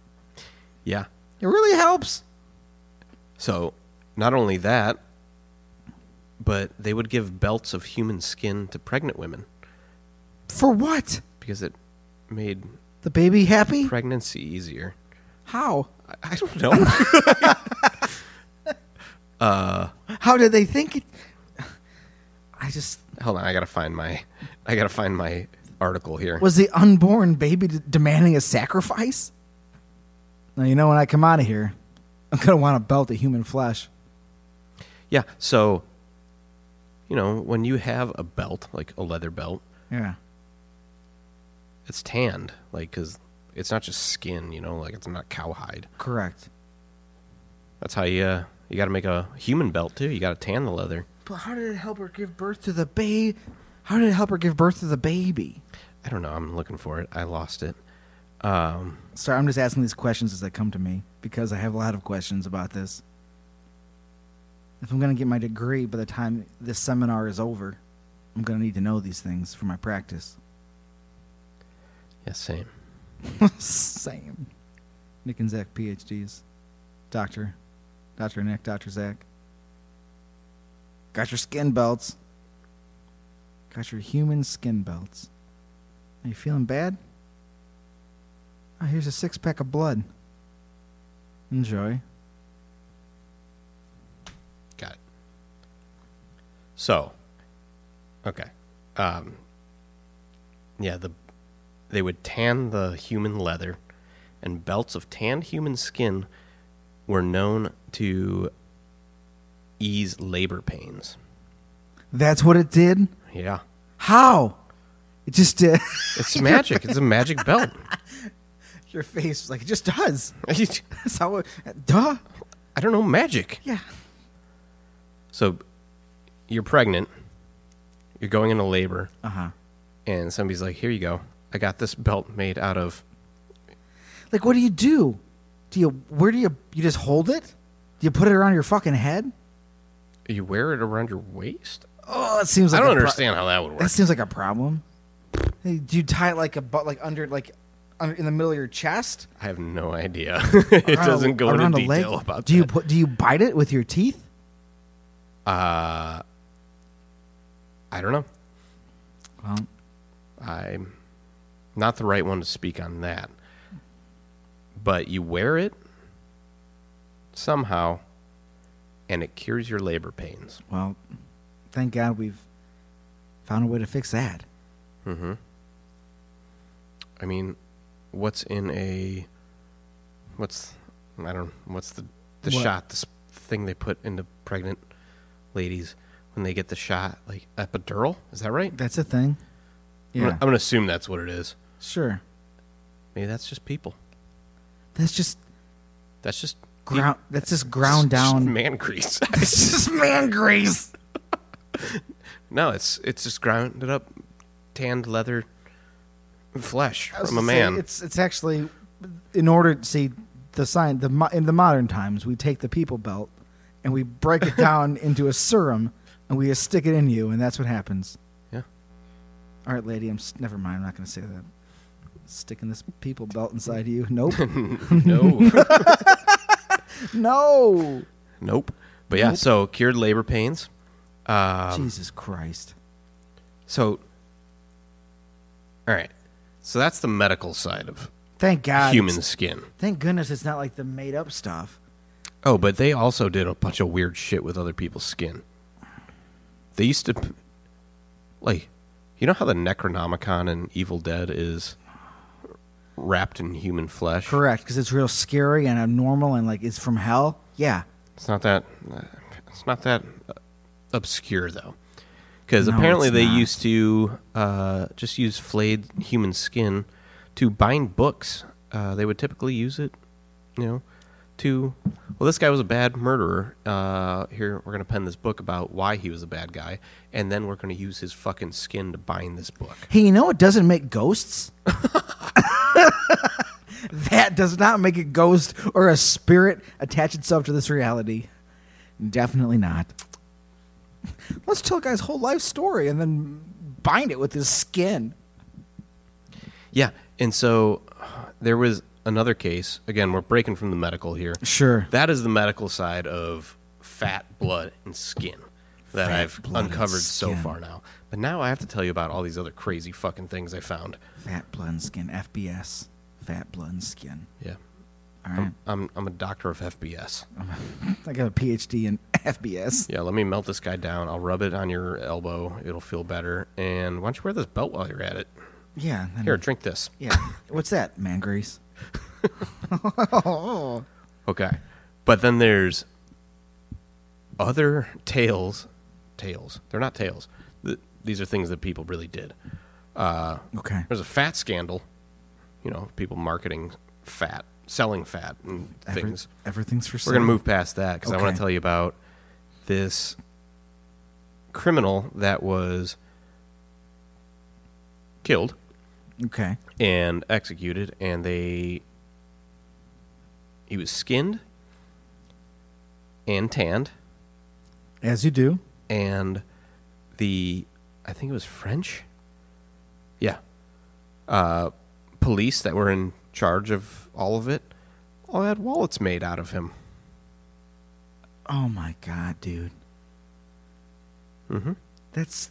[SPEAKER 2] Yeah.
[SPEAKER 1] It really helps.
[SPEAKER 2] So, not only that, but they would give belts of human skin to pregnant women
[SPEAKER 1] For what?
[SPEAKER 2] because it made
[SPEAKER 1] The baby happy?
[SPEAKER 2] pregnancy easier.
[SPEAKER 1] How?
[SPEAKER 2] I, I don't know.
[SPEAKER 1] How did they think it? I just
[SPEAKER 2] Hold on, I gotta find my I gotta find my article here.
[SPEAKER 1] Was the unborn baby d- demanding a sacrifice? Now, you know, when I come out of here, I'm going to want to belt of human flesh.
[SPEAKER 2] Yeah. So, you know, when you have a belt, like a leather belt,
[SPEAKER 1] Yeah.
[SPEAKER 2] it's tanned, like, because it's not just skin, you know, like it's not cowhide.
[SPEAKER 1] Correct.
[SPEAKER 2] That's how you, uh, you got to make a human belt, too. You got to tan the leather.
[SPEAKER 1] But how did it help her give birth to the baby? How did it help her give birth to the baby?
[SPEAKER 2] I don't know. I'm looking for it. I lost it. Um,
[SPEAKER 1] Sorry, I'm just asking these questions as they come to me because I have a lot of questions about this. If I'm going to get my degree by the time this seminar is over, I'm going to need to know these things for my practice.
[SPEAKER 2] Yeah, same.
[SPEAKER 1] Same. Nick and Zach PhDs. Doctor. Doctor Nick, Doctor Zach. Got your skin belts. Got your human skin belts. Are you feeling bad? Oh, here's a six pack of blood. Enjoy.
[SPEAKER 2] Got it. So, okay, um, yeah, the they would tan the human leather, and belts of tanned human skin were known to ease labor pains.
[SPEAKER 1] That's what it did?
[SPEAKER 2] Yeah,
[SPEAKER 1] How? It just did.
[SPEAKER 2] it's magic. it's a magic belt.
[SPEAKER 1] your face, like, it just does. That's how it. Duh.
[SPEAKER 2] I don't know magic.
[SPEAKER 1] Yeah.
[SPEAKER 2] So, you're pregnant. You're going into labor.
[SPEAKER 1] Uh huh.
[SPEAKER 2] and somebody's like, "Here you go. I got this belt made out of."
[SPEAKER 1] Like, what do you do? Do you. Where do you. You just hold it? Do you put it around your fucking head?
[SPEAKER 2] You wear it around your waist.
[SPEAKER 1] Oh, it seems like.
[SPEAKER 2] I don't
[SPEAKER 1] a pro-
[SPEAKER 2] understand how that would work.
[SPEAKER 1] That seems like a problem. Hey, do you tie it like a butt, like under, like under, in the middle of your chest?
[SPEAKER 2] I have no idea.
[SPEAKER 1] Around
[SPEAKER 2] it
[SPEAKER 1] a-
[SPEAKER 2] doesn't go into
[SPEAKER 1] around a
[SPEAKER 2] detail
[SPEAKER 1] leg?
[SPEAKER 2] about
[SPEAKER 1] Do
[SPEAKER 2] that.
[SPEAKER 1] you put? Do you bite it with your teeth?
[SPEAKER 2] I don't know.
[SPEAKER 1] Well,
[SPEAKER 2] I'm not the right one to speak on that. But you wear it somehow, and it cures your labor pains.
[SPEAKER 1] well, thank God we've found a way to fix that.
[SPEAKER 2] I mean, what's in a what's I don't what's the the
[SPEAKER 1] What?
[SPEAKER 2] shot this thing they put into pregnant ladies when they get the shot like epidural is that right?
[SPEAKER 1] That's a thing.
[SPEAKER 2] I'm
[SPEAKER 1] Yeah,
[SPEAKER 2] gonna, I'm gonna assume that's what it is.
[SPEAKER 1] sure.
[SPEAKER 2] Maybe that's just people.
[SPEAKER 1] That's just
[SPEAKER 2] That's just
[SPEAKER 1] ground. That's just ground
[SPEAKER 2] it's just
[SPEAKER 1] down.
[SPEAKER 2] man grease.
[SPEAKER 1] It's just man grease.
[SPEAKER 2] no, it's it's just grounded up tanned leather flesh
[SPEAKER 1] I was
[SPEAKER 2] from a
[SPEAKER 1] gonna say,
[SPEAKER 2] man.
[SPEAKER 1] It's it's actually in order to see the sign the mo- in the modern times we take the people belt and we break it down into a serum and we just stick it in you and that's what happens.
[SPEAKER 2] yeah,
[SPEAKER 1] All right, lady, I'm s- never mind. I'm not going to say that. Sticking this people belt inside you? Nope.
[SPEAKER 2] no.
[SPEAKER 1] no.
[SPEAKER 2] Nope. But yeah, so cured labor pains. Um,
[SPEAKER 1] Jesus Christ.
[SPEAKER 2] So, all right. So that's the medical side of
[SPEAKER 1] Thank God.
[SPEAKER 2] human
[SPEAKER 1] it's-
[SPEAKER 2] skin.
[SPEAKER 1] Thank goodness it's not like the made up stuff.
[SPEAKER 2] Oh, but they also did a bunch of weird shit with other people's skin. They used to, p- like, you know how the Necronomicon and Evil Dead is wrapped in human flesh?
[SPEAKER 1] Correct, because it's real scary and abnormal and like it's from hell. Yeah.
[SPEAKER 2] It's not that. It's not that obscure though, because
[SPEAKER 1] No,
[SPEAKER 2] apparently
[SPEAKER 1] it's
[SPEAKER 2] they
[SPEAKER 1] not.
[SPEAKER 2] used to uh, just use flayed human skin to bind books. Uh, they would typically use it, you know, to well, this guy was a bad murderer. Uh, here we're gonna pen this book about why he was a bad guy, and then we're gonna use his fucking skin to bind this book.
[SPEAKER 1] Hey, you know what doesn't make ghosts? that does not make a ghost or a spirit attach itself to this reality. Definitely not. Let's tell a guy's whole life story and then bind it with his skin.
[SPEAKER 2] Yeah, and so there was another case. Again, we're breaking from the medical here.
[SPEAKER 1] Sure.
[SPEAKER 2] That is the medical side of fat, blood, and skin that
[SPEAKER 1] Fat,
[SPEAKER 2] I've
[SPEAKER 1] blood, and
[SPEAKER 2] uncovered so
[SPEAKER 1] skin.
[SPEAKER 2] far now. But now I have to tell you about all these other crazy fucking things I found.
[SPEAKER 1] Fat blood and skin. FBS. Fat blood and skin.
[SPEAKER 2] Yeah.
[SPEAKER 1] All
[SPEAKER 2] Oh.
[SPEAKER 1] right.
[SPEAKER 2] I'm I'm a doctor of FBS.
[SPEAKER 1] I got a PhD in FBS.
[SPEAKER 2] Yeah, let me melt this guy down. I'll rub it on your elbow. It'll feel better. And why don't you wear this belt while you're at it?
[SPEAKER 1] Yeah. then-
[SPEAKER 2] Here, drink this.
[SPEAKER 1] Yeah. What's that, man grease?
[SPEAKER 2] Okay. But then there's other tales. Tales. They're not tales. Th- these are things that people really did. Uh,
[SPEAKER 1] Okay.
[SPEAKER 2] There's a fat scandal. You know, people marketing fat, selling fat and
[SPEAKER 1] Every-
[SPEAKER 2] things.
[SPEAKER 1] everything's for
[SPEAKER 2] We're going
[SPEAKER 1] sale.
[SPEAKER 2] to move past that because I want
[SPEAKER 1] Okay.
[SPEAKER 2] to tell you about this criminal that was killed
[SPEAKER 1] Okay.
[SPEAKER 2] and executed, and they. He was skinned and tanned,
[SPEAKER 1] As you do.
[SPEAKER 2] and the. I think it was French? Yeah. Uh, police that were in charge of all of it all had wallets made out of him.
[SPEAKER 1] Oh my god, dude.
[SPEAKER 2] Mm-hmm.
[SPEAKER 1] That's,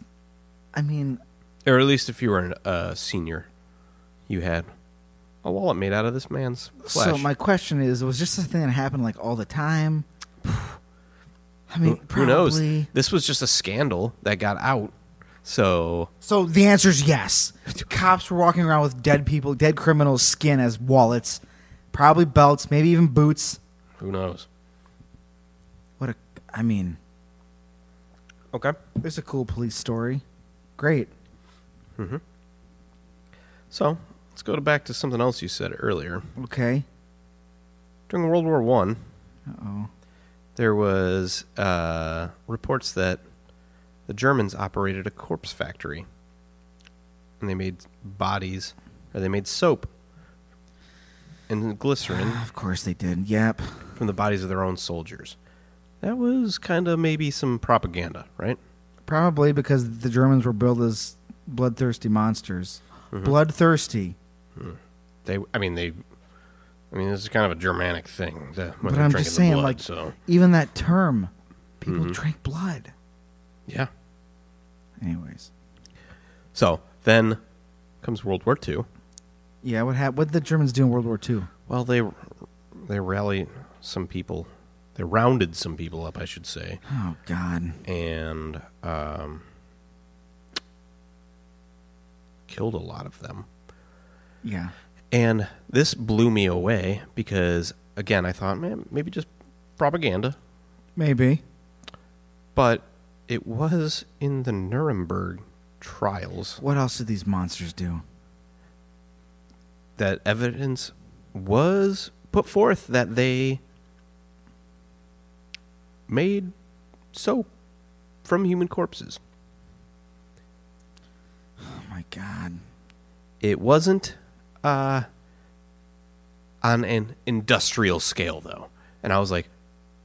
[SPEAKER 1] I mean,
[SPEAKER 2] Or at least if you were an- a senior, you had a wallet made out of this man's flesh.
[SPEAKER 1] so my question is, was this a thing that happened like all the time? I mean,
[SPEAKER 2] who, who knows?
[SPEAKER 1] probably.
[SPEAKER 2] This was just a scandal that got out. So
[SPEAKER 1] So the answer is yes. Cops were walking around with dead people, dead criminals' skin as wallets, probably belts, maybe even boots.
[SPEAKER 2] who knows?
[SPEAKER 1] What a, I mean,
[SPEAKER 2] Okay.
[SPEAKER 1] there's a cool police story. Great.
[SPEAKER 2] So let's go to back to something else you said earlier.
[SPEAKER 1] Okay.
[SPEAKER 2] During World War One,
[SPEAKER 1] Uh oh.
[SPEAKER 2] there was uh, reports that the Germans operated a corpse factory, and they made bodies, or they made soap and glycerin
[SPEAKER 1] Of course they did. Yep.
[SPEAKER 2] from the bodies of their own soldiers. That was kind of maybe some propaganda, right?
[SPEAKER 1] Probably because the Germans were billed as bloodthirsty monsters.
[SPEAKER 2] Mm-hmm.
[SPEAKER 1] Bloodthirsty.
[SPEAKER 2] They, I mean, they, I mean, this is kind of a Germanic thing. The, when
[SPEAKER 1] But
[SPEAKER 2] they're
[SPEAKER 1] I'm
[SPEAKER 2] drinking
[SPEAKER 1] just
[SPEAKER 2] the
[SPEAKER 1] saying,
[SPEAKER 2] blood,
[SPEAKER 1] like,
[SPEAKER 2] so Mm-hmm.
[SPEAKER 1] even that term, people drank blood.
[SPEAKER 2] yeah.
[SPEAKER 1] Anyways.
[SPEAKER 2] So then comes World War Two.
[SPEAKER 1] Yeah, what happened? What did the Germans do in World War II?
[SPEAKER 2] Well, they they rallied some people. They rounded some people up, I should say,
[SPEAKER 1] Oh, God.
[SPEAKER 2] and um, killed a lot of them.
[SPEAKER 1] Yeah.
[SPEAKER 2] And this blew me away because, again, I thought, man, maybe just propaganda,
[SPEAKER 1] Maybe.
[SPEAKER 2] but it was in the Nuremberg trials
[SPEAKER 1] What else did these monsters do?
[SPEAKER 2] that evidence was put forth that they made soap from human corpses.
[SPEAKER 1] Oh my god.
[SPEAKER 2] It wasn't uh, on an industrial scale, though. And I was like,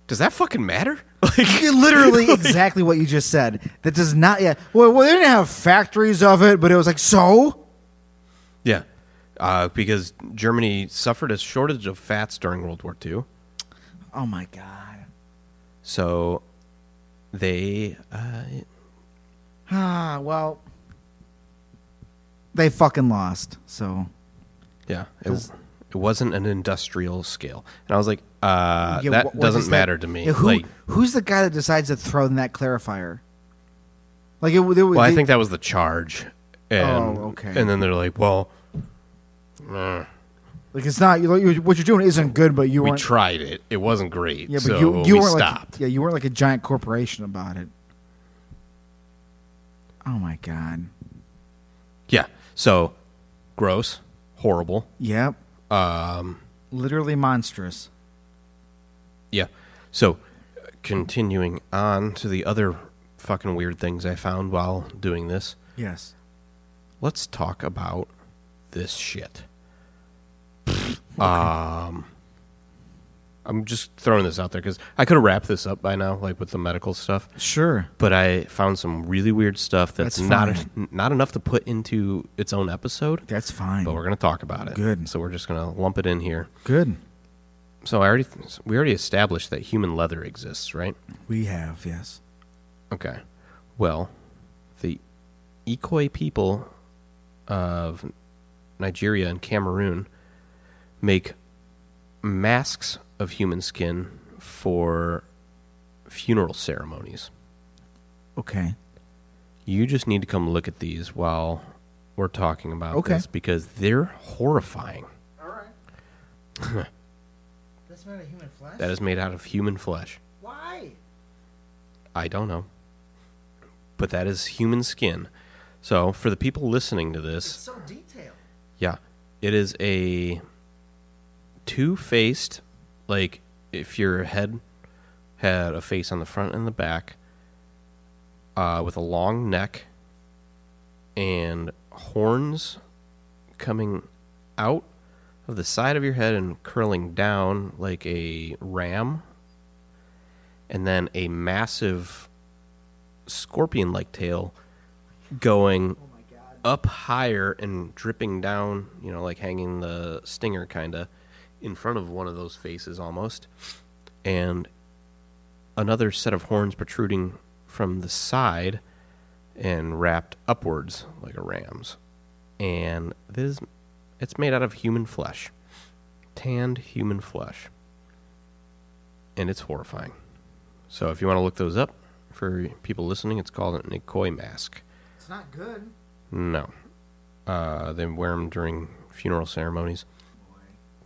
[SPEAKER 2] does that fucking matter? Like,
[SPEAKER 1] Literally exactly what you just said. That does not yeah. Well, well they didn't have factories of it, but it was like so?
[SPEAKER 2] yeah. Uh, because Germany suffered a shortage of fats during World War II.
[SPEAKER 1] Oh my god.
[SPEAKER 2] So they uh,
[SPEAKER 1] Ah, well they fucking lost. So
[SPEAKER 2] Yeah, it,
[SPEAKER 1] 'Cause-
[SPEAKER 2] it wasn't an industrial scale, and I was like, uh,
[SPEAKER 1] Yeah,
[SPEAKER 2] that
[SPEAKER 1] wh- what
[SPEAKER 2] doesn't
[SPEAKER 1] is that-
[SPEAKER 2] matter to me.
[SPEAKER 1] Yeah, who,
[SPEAKER 2] like,
[SPEAKER 1] who's the guy that decides to throw in that clarifier? Like it, it
[SPEAKER 2] well, I
[SPEAKER 1] they-
[SPEAKER 2] think that was the charge, and
[SPEAKER 1] Oh, okay.
[SPEAKER 2] and then they're like, well, eh,
[SPEAKER 1] like it's not you, you, what you're doing isn't good, but you
[SPEAKER 2] we
[SPEAKER 1] weren't
[SPEAKER 2] tried it, it wasn't great,
[SPEAKER 1] yeah, but
[SPEAKER 2] so
[SPEAKER 1] you, you
[SPEAKER 2] we
[SPEAKER 1] weren't
[SPEAKER 2] stopped.
[SPEAKER 1] like yeah, you weren't like a giant corporation about it. Oh my god.
[SPEAKER 2] yeah, so gross, horrible.
[SPEAKER 1] Yep.
[SPEAKER 2] Um,
[SPEAKER 1] Literally monstrous.
[SPEAKER 2] yeah, so continuing on to the other fucking weird things I found while doing this.
[SPEAKER 1] Yes.
[SPEAKER 2] let's talk about this shit. Um, I'm just throwing this out there because I could have wrapped this up by now, like with the medical stuff.
[SPEAKER 1] Sure.
[SPEAKER 2] But I found some really weird stuff that's,
[SPEAKER 1] That's
[SPEAKER 2] not
[SPEAKER 1] fine.
[SPEAKER 2] not enough to put into its own episode.
[SPEAKER 1] That's fine.
[SPEAKER 2] But we're gonna talk about it.
[SPEAKER 1] Good.
[SPEAKER 2] So we're just gonna lump it in here.
[SPEAKER 1] Good.
[SPEAKER 2] So I already we already established that human leather exists, right?
[SPEAKER 1] We have, yes.
[SPEAKER 2] Okay. Well, the Ikoi people of Nigeria and Cameroon make masks of human skin for funeral ceremonies.
[SPEAKER 1] Okay.
[SPEAKER 2] You just need to come look at these while we're talking about
[SPEAKER 1] Okay.
[SPEAKER 2] this because they're horrifying.
[SPEAKER 1] All right. That's not a human flesh?
[SPEAKER 2] That is made out of human flesh.
[SPEAKER 1] Why?
[SPEAKER 2] I don't know. But that is human skin. So, for the people listening to this,
[SPEAKER 1] so detailed.
[SPEAKER 2] Yeah. It is a two faced, like if your head had a face on the front and the back, uh, with a long neck and horns coming out of the side of your head and curling down like a ram, and then a massive scorpion like tail going up higher and dripping down, you know, like hanging the stinger kind of in front of one of those faces almost. And another set of horns protruding from the side and wrapped upwards like a ram's. And this it's made out of human flesh. Tanned human flesh. And it's horrifying. So if you want to look those up for people listening, it's called an Nikoi mask.
[SPEAKER 1] It's not good.
[SPEAKER 2] No. Uh, they wear them during funeral ceremonies.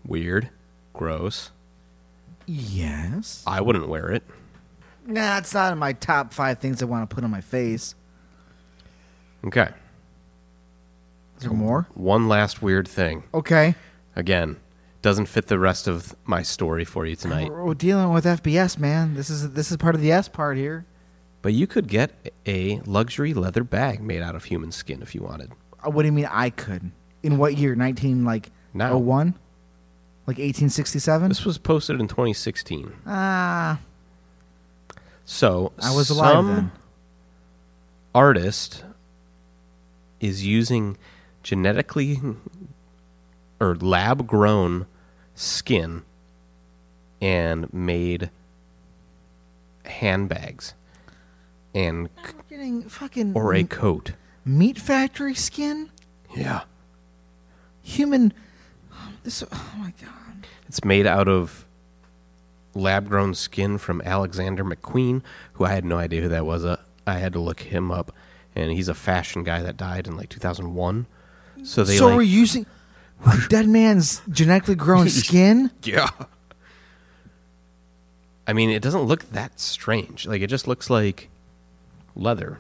[SPEAKER 2] Weird. Gross.
[SPEAKER 1] Yes.
[SPEAKER 2] I wouldn't wear it.
[SPEAKER 1] Nah, it's not in my top five things I want to put on my face.
[SPEAKER 2] Okay.
[SPEAKER 1] Is there more?
[SPEAKER 2] One last weird thing.
[SPEAKER 1] Okay.
[SPEAKER 2] Again, doesn't fit the rest of my story for you tonight.
[SPEAKER 1] We're, we're dealing with FBS, man. This is this is part of the S part here.
[SPEAKER 2] But you could get a luxury leather bag made out of human skin if you wanted.
[SPEAKER 1] Uh, What do you mean I could? In what year? Nineteen like
[SPEAKER 2] Now.
[SPEAKER 1] oh one, like eighteen sixty seven.
[SPEAKER 2] This was posted in 2016.
[SPEAKER 1] Ah,
[SPEAKER 2] So
[SPEAKER 1] I was alive
[SPEAKER 2] some
[SPEAKER 1] then.
[SPEAKER 2] artist is using genetically or lab grown skin and made handbags and c-
[SPEAKER 1] I'm getting fucking
[SPEAKER 2] or a
[SPEAKER 1] m-
[SPEAKER 2] coat.
[SPEAKER 1] meat factory skin.
[SPEAKER 2] Yeah.
[SPEAKER 1] Human. This. Oh my god.
[SPEAKER 2] It's made out of lab grown skin from Alexander McQueen, who I had no idea who that was. Uh, I had to look him up, and he's a fashion guy that died in like 2001. So they
[SPEAKER 1] so
[SPEAKER 2] like,
[SPEAKER 1] we're using a dead man's genetically grown skin.
[SPEAKER 2] yeah. I mean, it doesn't look that strange. Like it just looks like leather.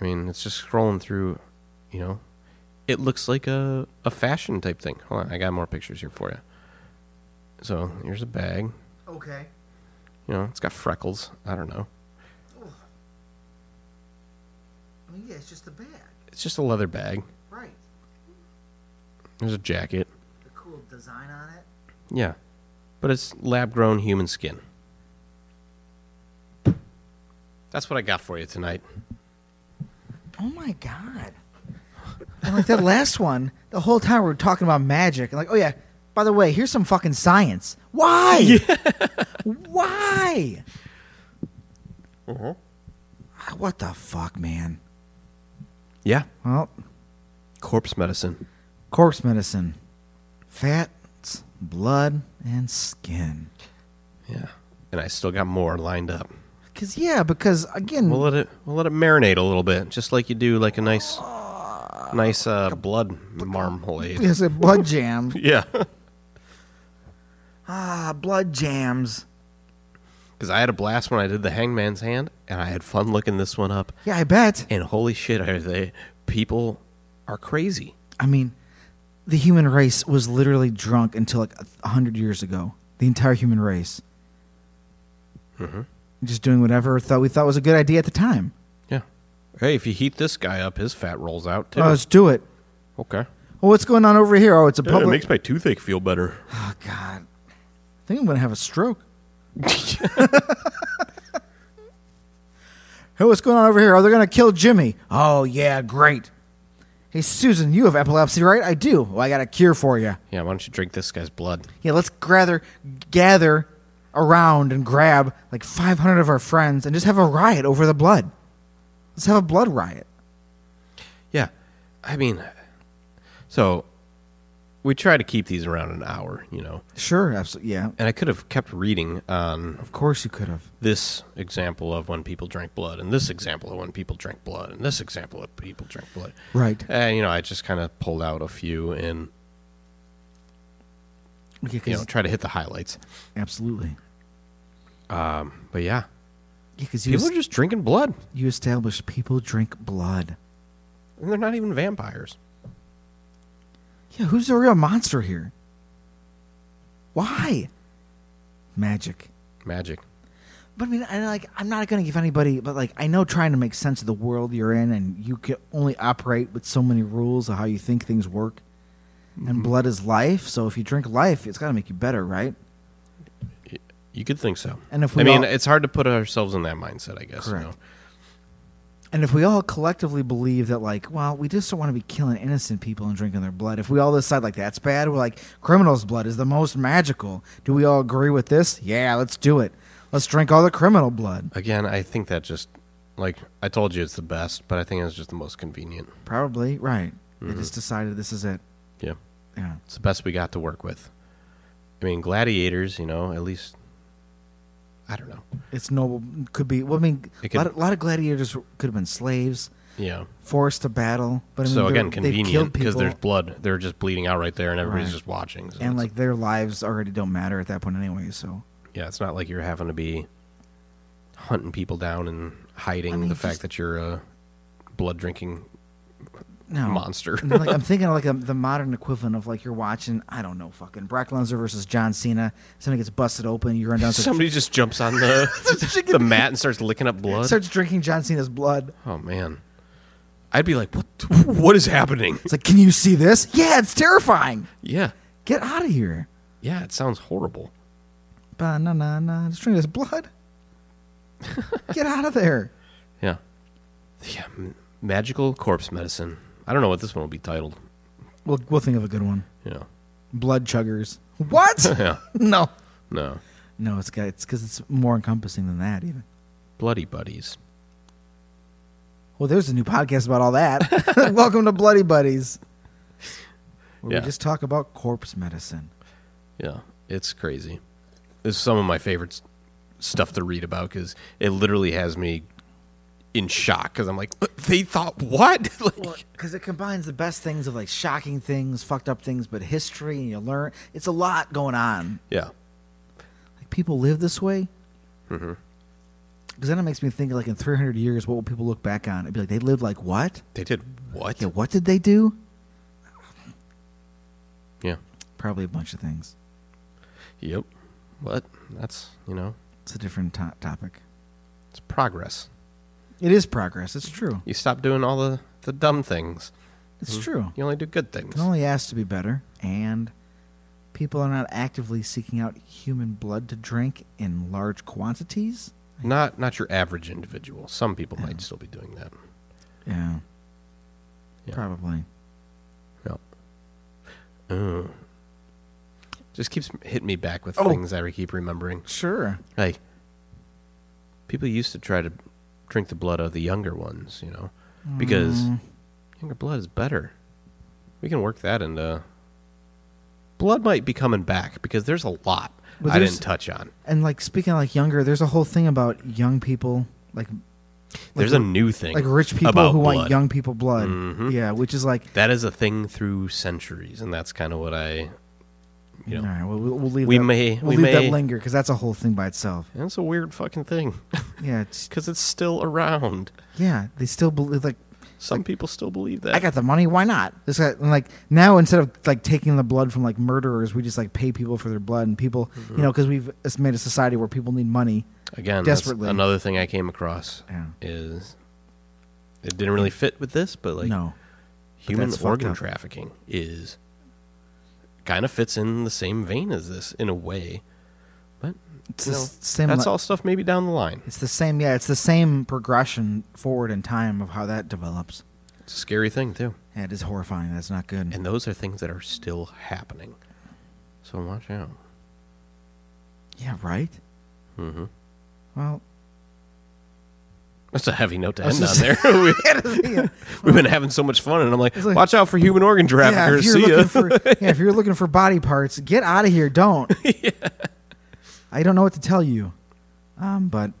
[SPEAKER 2] I mean, it's just scrolling through, you know. It looks like a a fashion type thing. Hold on, I got more pictures here for you. So, here's a bag.
[SPEAKER 1] Okay.
[SPEAKER 2] You know, it's got freckles. I don't know.
[SPEAKER 1] I mean, yeah, it's just a bag,
[SPEAKER 2] It's just a leather bag.
[SPEAKER 1] right?
[SPEAKER 2] There's a jacket.
[SPEAKER 1] The cool design on it.
[SPEAKER 2] Yeah. But it's lab grown human skin. That's what I got for you tonight.
[SPEAKER 1] Oh my god. And like that last one, the whole time we were talking about magic, and like, oh yeah, by the way, here's some fucking science. Why? Why? Ah, What the fuck, man?
[SPEAKER 2] Yeah.
[SPEAKER 1] Well,
[SPEAKER 2] Corpse medicine.
[SPEAKER 1] corpse medicine, fats, blood, and skin.
[SPEAKER 2] Yeah. And I still got more lined up.
[SPEAKER 1] Because yeah, because again,
[SPEAKER 2] We'll let it we'll let it marinate a little bit, just like you do like a nice nice uh, blood marmalade.
[SPEAKER 1] it's a blood jam.
[SPEAKER 2] Yeah.
[SPEAKER 1] ah, blood jams.
[SPEAKER 2] Cuz I had a blast when I did the hangman's hand and I had fun looking this one up.
[SPEAKER 1] Yeah, I bet.
[SPEAKER 2] And holy shit, are they people are crazy.
[SPEAKER 1] I mean, the human race was literally drunk until like a hundred years ago. The entire human race, just doing whatever thought we thought was a good idea at the time.
[SPEAKER 2] Yeah. Uh, Hey, if you heat this guy up, his fat rolls out too.
[SPEAKER 1] Oh, let's do it.
[SPEAKER 2] okay.
[SPEAKER 1] Well, what's going on over here? Oh, it's a
[SPEAKER 2] it
[SPEAKER 1] public.
[SPEAKER 2] makes my toothache feel better.
[SPEAKER 1] oh God, I think I'm gonna have a stroke. Hey, what's going on over here? Oh, they're gonna kill Jimmy. Oh yeah, great. Hey Susan, you have epilepsy, right? I do. Well, I got a cure for you.
[SPEAKER 2] Yeah, why don't you drink this guy's blood?
[SPEAKER 1] Yeah, let's gather, gather around and grab like 500 of our friends and just have a riot over the blood. Let's have a blood riot.
[SPEAKER 2] Yeah. I mean, so we try to keep these around an hour, you know.
[SPEAKER 1] Sure, absolutely. Yeah,
[SPEAKER 2] And I could have kept reading on
[SPEAKER 1] of course you could have.
[SPEAKER 2] this example of when people drank blood, and this example of when people drank blood, and this example of people drank blood.
[SPEAKER 1] Right.
[SPEAKER 2] And, you know, I just kind of pulled out a few and,
[SPEAKER 1] Okay,
[SPEAKER 2] you
[SPEAKER 1] 'cause-
[SPEAKER 2] know, try to hit the highlights.
[SPEAKER 1] absolutely.
[SPEAKER 2] But yeah,
[SPEAKER 1] Yeah, because you,
[SPEAKER 2] people are
[SPEAKER 1] es-
[SPEAKER 2] just drinking blood,
[SPEAKER 1] you established people drink blood.
[SPEAKER 2] and they're not even vampires.
[SPEAKER 1] Yeah, who's the real monster here? Why? Magic.
[SPEAKER 2] Magic.
[SPEAKER 1] But I mean, I like I'm not going to give anybody, but like I know trying to make sense of the world you're in, and you can only operate with so many rules of how you think things work. And blood is life, so if you drink life, it's got to make you better, right?
[SPEAKER 2] You could think so.
[SPEAKER 1] And if
[SPEAKER 2] I
[SPEAKER 1] we
[SPEAKER 2] mean,
[SPEAKER 1] all-
[SPEAKER 2] it's hard to put ourselves in that mindset, I guess. you
[SPEAKER 1] Correct.
[SPEAKER 2] know.
[SPEAKER 1] And if we all collectively believe that, like, well, we just don't want to be killing innocent people and drinking their blood. If we all decide like that's bad, we're like criminals' blood is the most magical. Do we all agree with this? Yeah, let's do it. Let's drink all the criminal blood.
[SPEAKER 2] Again, I think that just like I told you, it's the best, but I think it's just the most convenient.
[SPEAKER 1] Probably right. They
[SPEAKER 2] Mm-hmm.
[SPEAKER 1] just decided this is it.
[SPEAKER 2] Yeah,
[SPEAKER 1] Yeah.
[SPEAKER 2] it's the best we got to work with. I mean, gladiators, you know, at least I don't know.
[SPEAKER 1] It's noble. Could be. Well, I mean,
[SPEAKER 2] It
[SPEAKER 1] a,
[SPEAKER 2] could-
[SPEAKER 1] lot of, lot of gladiators could have been slaves
[SPEAKER 2] Yeah.
[SPEAKER 1] forced to battle. But I mean,
[SPEAKER 2] so
[SPEAKER 1] they're-
[SPEAKER 2] again,
[SPEAKER 1] they've killed
[SPEAKER 2] convenient because
[SPEAKER 1] people,
[SPEAKER 2] there's blood. They're just bleeding out right there, and everybody's
[SPEAKER 1] Right.
[SPEAKER 2] just watching. So
[SPEAKER 1] and
[SPEAKER 2] it's-
[SPEAKER 1] like their lives already don't matter at that point anyway. So
[SPEAKER 2] yeah, it's not like you're having to be hunting people down and hiding
[SPEAKER 1] I mean,
[SPEAKER 2] the fact
[SPEAKER 1] just-
[SPEAKER 2] that you're a blood drinking
[SPEAKER 1] no.
[SPEAKER 2] monster.
[SPEAKER 1] And then, like I'm thinking of like a, the modern equivalent of like you're watching I don't know fucking Brock Lesnar versus John Cena. Somebody gets busted open. You run down to
[SPEAKER 2] Somebody just jumps on the the mat and starts licking up blood.
[SPEAKER 1] starts drinking John Cena's blood.
[SPEAKER 2] Oh man, I'd be like, what? What is happening?
[SPEAKER 1] It's like, can you see this? Yeah, it's terrifying.
[SPEAKER 2] Yeah,
[SPEAKER 1] Get out of here.
[SPEAKER 2] yeah, it sounds horrible.
[SPEAKER 1] Ba-na-na-na. Just drink this blood. Get out of there.
[SPEAKER 2] Yeah, yeah, m- magical corpse medicine. I don't know what this one will be titled.
[SPEAKER 1] We'll we'll think of a good one.
[SPEAKER 2] Yeah,
[SPEAKER 1] Blood chuggers. What?
[SPEAKER 2] yeah,
[SPEAKER 1] no.
[SPEAKER 2] no,
[SPEAKER 1] No, it's got it's because it's more encompassing than that even.
[SPEAKER 2] bloody buddies.
[SPEAKER 1] Well, there's a new podcast about all that. Welcome to Bloody Buddies. Where
[SPEAKER 2] Yeah.
[SPEAKER 1] we just talk about corpse medicine.
[SPEAKER 2] Yeah, it's crazy. It's some of my favorite s- stuff to read about because it literally has me in shock because I'm like, "Uh, they thought what? like,
[SPEAKER 1] Because it combines the best things of like shocking things, fucked up things, but history and you learn. It's a lot going on.
[SPEAKER 2] yeah,
[SPEAKER 1] Like people live this way. Because then it makes me think like in 300 years, what will people look back on? It'd be like they lived like what?
[SPEAKER 2] they did what?
[SPEAKER 1] Yeah, what did they do?
[SPEAKER 2] Yeah.
[SPEAKER 1] Probably a bunch of things.
[SPEAKER 2] Yep. What? That's you know,
[SPEAKER 1] It's a different to- topic.
[SPEAKER 2] it's progress.
[SPEAKER 1] It is progress. It's true.
[SPEAKER 2] You stop doing all the, the dumb things.
[SPEAKER 1] It's true.
[SPEAKER 2] You only do good things.
[SPEAKER 1] Can only ask to be better, and people are not actively seeking out human blood to drink in large quantities.
[SPEAKER 2] Not not your average individual. Some people might still be doing that.
[SPEAKER 1] Yeah,
[SPEAKER 2] Yeah.
[SPEAKER 1] probably.
[SPEAKER 2] Yep. Oh. Just keeps hitting me back with
[SPEAKER 1] Oh.
[SPEAKER 2] things I keep remembering.
[SPEAKER 1] Sure.
[SPEAKER 2] Like people used to try to drink the blood of the younger ones, you know, because
[SPEAKER 1] Mm.
[SPEAKER 2] younger blood is better. We can work that into. Blood might be coming back because there's a lot
[SPEAKER 1] But
[SPEAKER 2] I
[SPEAKER 1] there's-
[SPEAKER 2] didn't touch on.
[SPEAKER 1] And like speaking of, like younger, there's a whole thing about young people, like
[SPEAKER 2] There's a new thing,
[SPEAKER 1] like rich people
[SPEAKER 2] about
[SPEAKER 1] who want
[SPEAKER 2] blood. Mm-hmm.
[SPEAKER 1] young people blood. Yeah, which is like,
[SPEAKER 2] That is a thing through centuries, and that's kind of what I, you know,
[SPEAKER 1] all right, well, we'll, we'll leave.
[SPEAKER 2] We
[SPEAKER 1] that,
[SPEAKER 2] may-
[SPEAKER 1] we'll
[SPEAKER 2] we
[SPEAKER 1] leave that
[SPEAKER 2] may-
[SPEAKER 1] linger because that's a whole thing by itself.
[SPEAKER 2] that's a weird fucking thing
[SPEAKER 1] Yeah, it's
[SPEAKER 2] because it's still around.
[SPEAKER 1] yeah. They still believe like
[SPEAKER 2] Some people still believe that.
[SPEAKER 1] I got the money. Why not? This guy, and like now instead of like taking the blood from like murderers, we just like pay people for their blood and people,
[SPEAKER 2] Mm-hmm.
[SPEAKER 1] you know, because we've it's made a society where people need money.
[SPEAKER 2] Again, that's
[SPEAKER 1] desperately.
[SPEAKER 2] another thing I came across
[SPEAKER 1] Yeah.
[SPEAKER 2] is it didn't really fit with this, but like
[SPEAKER 1] no,
[SPEAKER 2] human
[SPEAKER 1] that's fucked
[SPEAKER 2] organ
[SPEAKER 1] up.
[SPEAKER 2] trafficking is kind of fits in the same vein as this in a way, but
[SPEAKER 1] it's
[SPEAKER 2] you
[SPEAKER 1] the
[SPEAKER 2] know,
[SPEAKER 1] s- same.
[SPEAKER 2] that's
[SPEAKER 1] li-
[SPEAKER 2] all stuff maybe down the line.
[SPEAKER 1] It's the same. Yeah, it's the same progression forward in time of how that develops.
[SPEAKER 2] It's a scary thing too.
[SPEAKER 1] Yeah, it is horrifying. That's not good.
[SPEAKER 2] And those are things that are still happening. So watch out.
[SPEAKER 1] yeah, right.
[SPEAKER 2] Mm-hmm.
[SPEAKER 1] Well,
[SPEAKER 2] That's a heavy note to
[SPEAKER 1] I was
[SPEAKER 2] end on
[SPEAKER 1] just-
[SPEAKER 2] there. we, have been having so much fun, and I'm like,
[SPEAKER 1] It's like-
[SPEAKER 2] watch out for human organ
[SPEAKER 1] yeah, if
[SPEAKER 2] traffickers.
[SPEAKER 1] you're
[SPEAKER 2] See ya.
[SPEAKER 1] looking for yeah, if you're looking for body parts, get out of here. Don't. I don't know what to tell you, um, but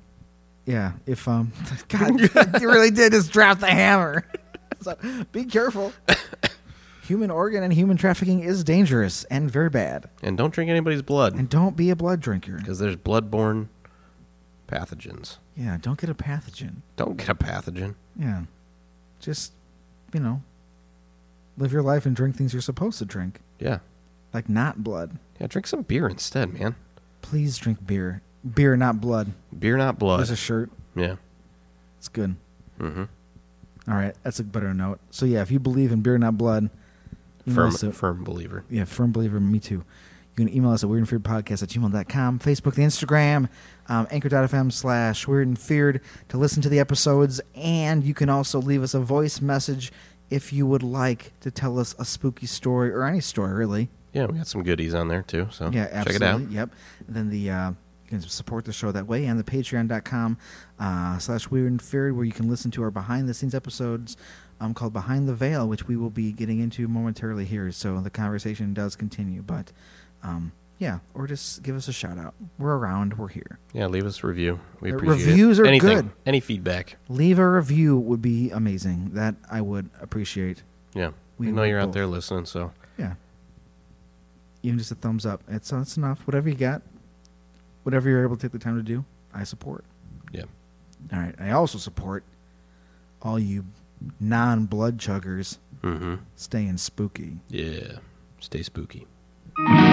[SPEAKER 1] yeah, if um, God, you really did just drop the hammer. So be careful. Human organ and human trafficking is dangerous and very bad.
[SPEAKER 2] and don't drink anybody's blood
[SPEAKER 1] And don't be a blood drinker.
[SPEAKER 2] because there's bloodborne pathogens.
[SPEAKER 1] Yeah, don't get a pathogen.
[SPEAKER 2] Don't get a pathogen.
[SPEAKER 1] Yeah, just you know, live your life and drink things you're supposed to drink,
[SPEAKER 2] Yeah,
[SPEAKER 1] like not blood.
[SPEAKER 2] yeah. Drink some beer instead, man.
[SPEAKER 1] Please drink beer. Beer, not blood.
[SPEAKER 2] Beer, not blood.
[SPEAKER 1] There's a shirt.
[SPEAKER 2] yeah.
[SPEAKER 1] It's good.
[SPEAKER 2] Mm-hmm.
[SPEAKER 1] All right, that's a better note. So yeah, if you believe in beer, not blood, you can
[SPEAKER 2] Firm,
[SPEAKER 1] also-
[SPEAKER 2] firm believer.
[SPEAKER 1] yeah, firm believer. Me too. You can email us at weirdandfearedpodcast at gmail.com, Facebook, the Instagram, um, anchor.fm slash weird and feared to listen to the episodes. And you can also leave us a voice message if you would like to tell us a spooky story or any story, really.
[SPEAKER 2] Yeah, we got some goodies on there too. So
[SPEAKER 1] Yeah,
[SPEAKER 2] check it out.
[SPEAKER 1] absolutely. Yep. And then the uh, You can support the show that way and the patreon.com uh, slash weird and feared where you can listen to our behind the scenes episodes um, called behind the veil which we will be getting into momentarily here so the conversation does continue but um, yeah or just give us a shout out we're around we're here
[SPEAKER 2] Yeah, leave us a review. We
[SPEAKER 1] Uh,
[SPEAKER 2] appreciate it.
[SPEAKER 1] reviews are
[SPEAKER 2] Anything,
[SPEAKER 1] good.
[SPEAKER 2] Any feedback?
[SPEAKER 1] leave a review would be amazing that i would appreciate
[SPEAKER 2] Yeah,
[SPEAKER 1] We
[SPEAKER 2] we know
[SPEAKER 1] will
[SPEAKER 2] you're
[SPEAKER 1] both.
[SPEAKER 2] out there listening. So
[SPEAKER 1] yeah even just a thumbs up it's, it's enough whatever you got whatever you're able to take the time to do i support
[SPEAKER 2] yeah,
[SPEAKER 1] All right. I also support all you non blood chuggers
[SPEAKER 2] mm-hmm.
[SPEAKER 1] staying spooky.
[SPEAKER 2] yeah. Stay spooky.
[SPEAKER 1] All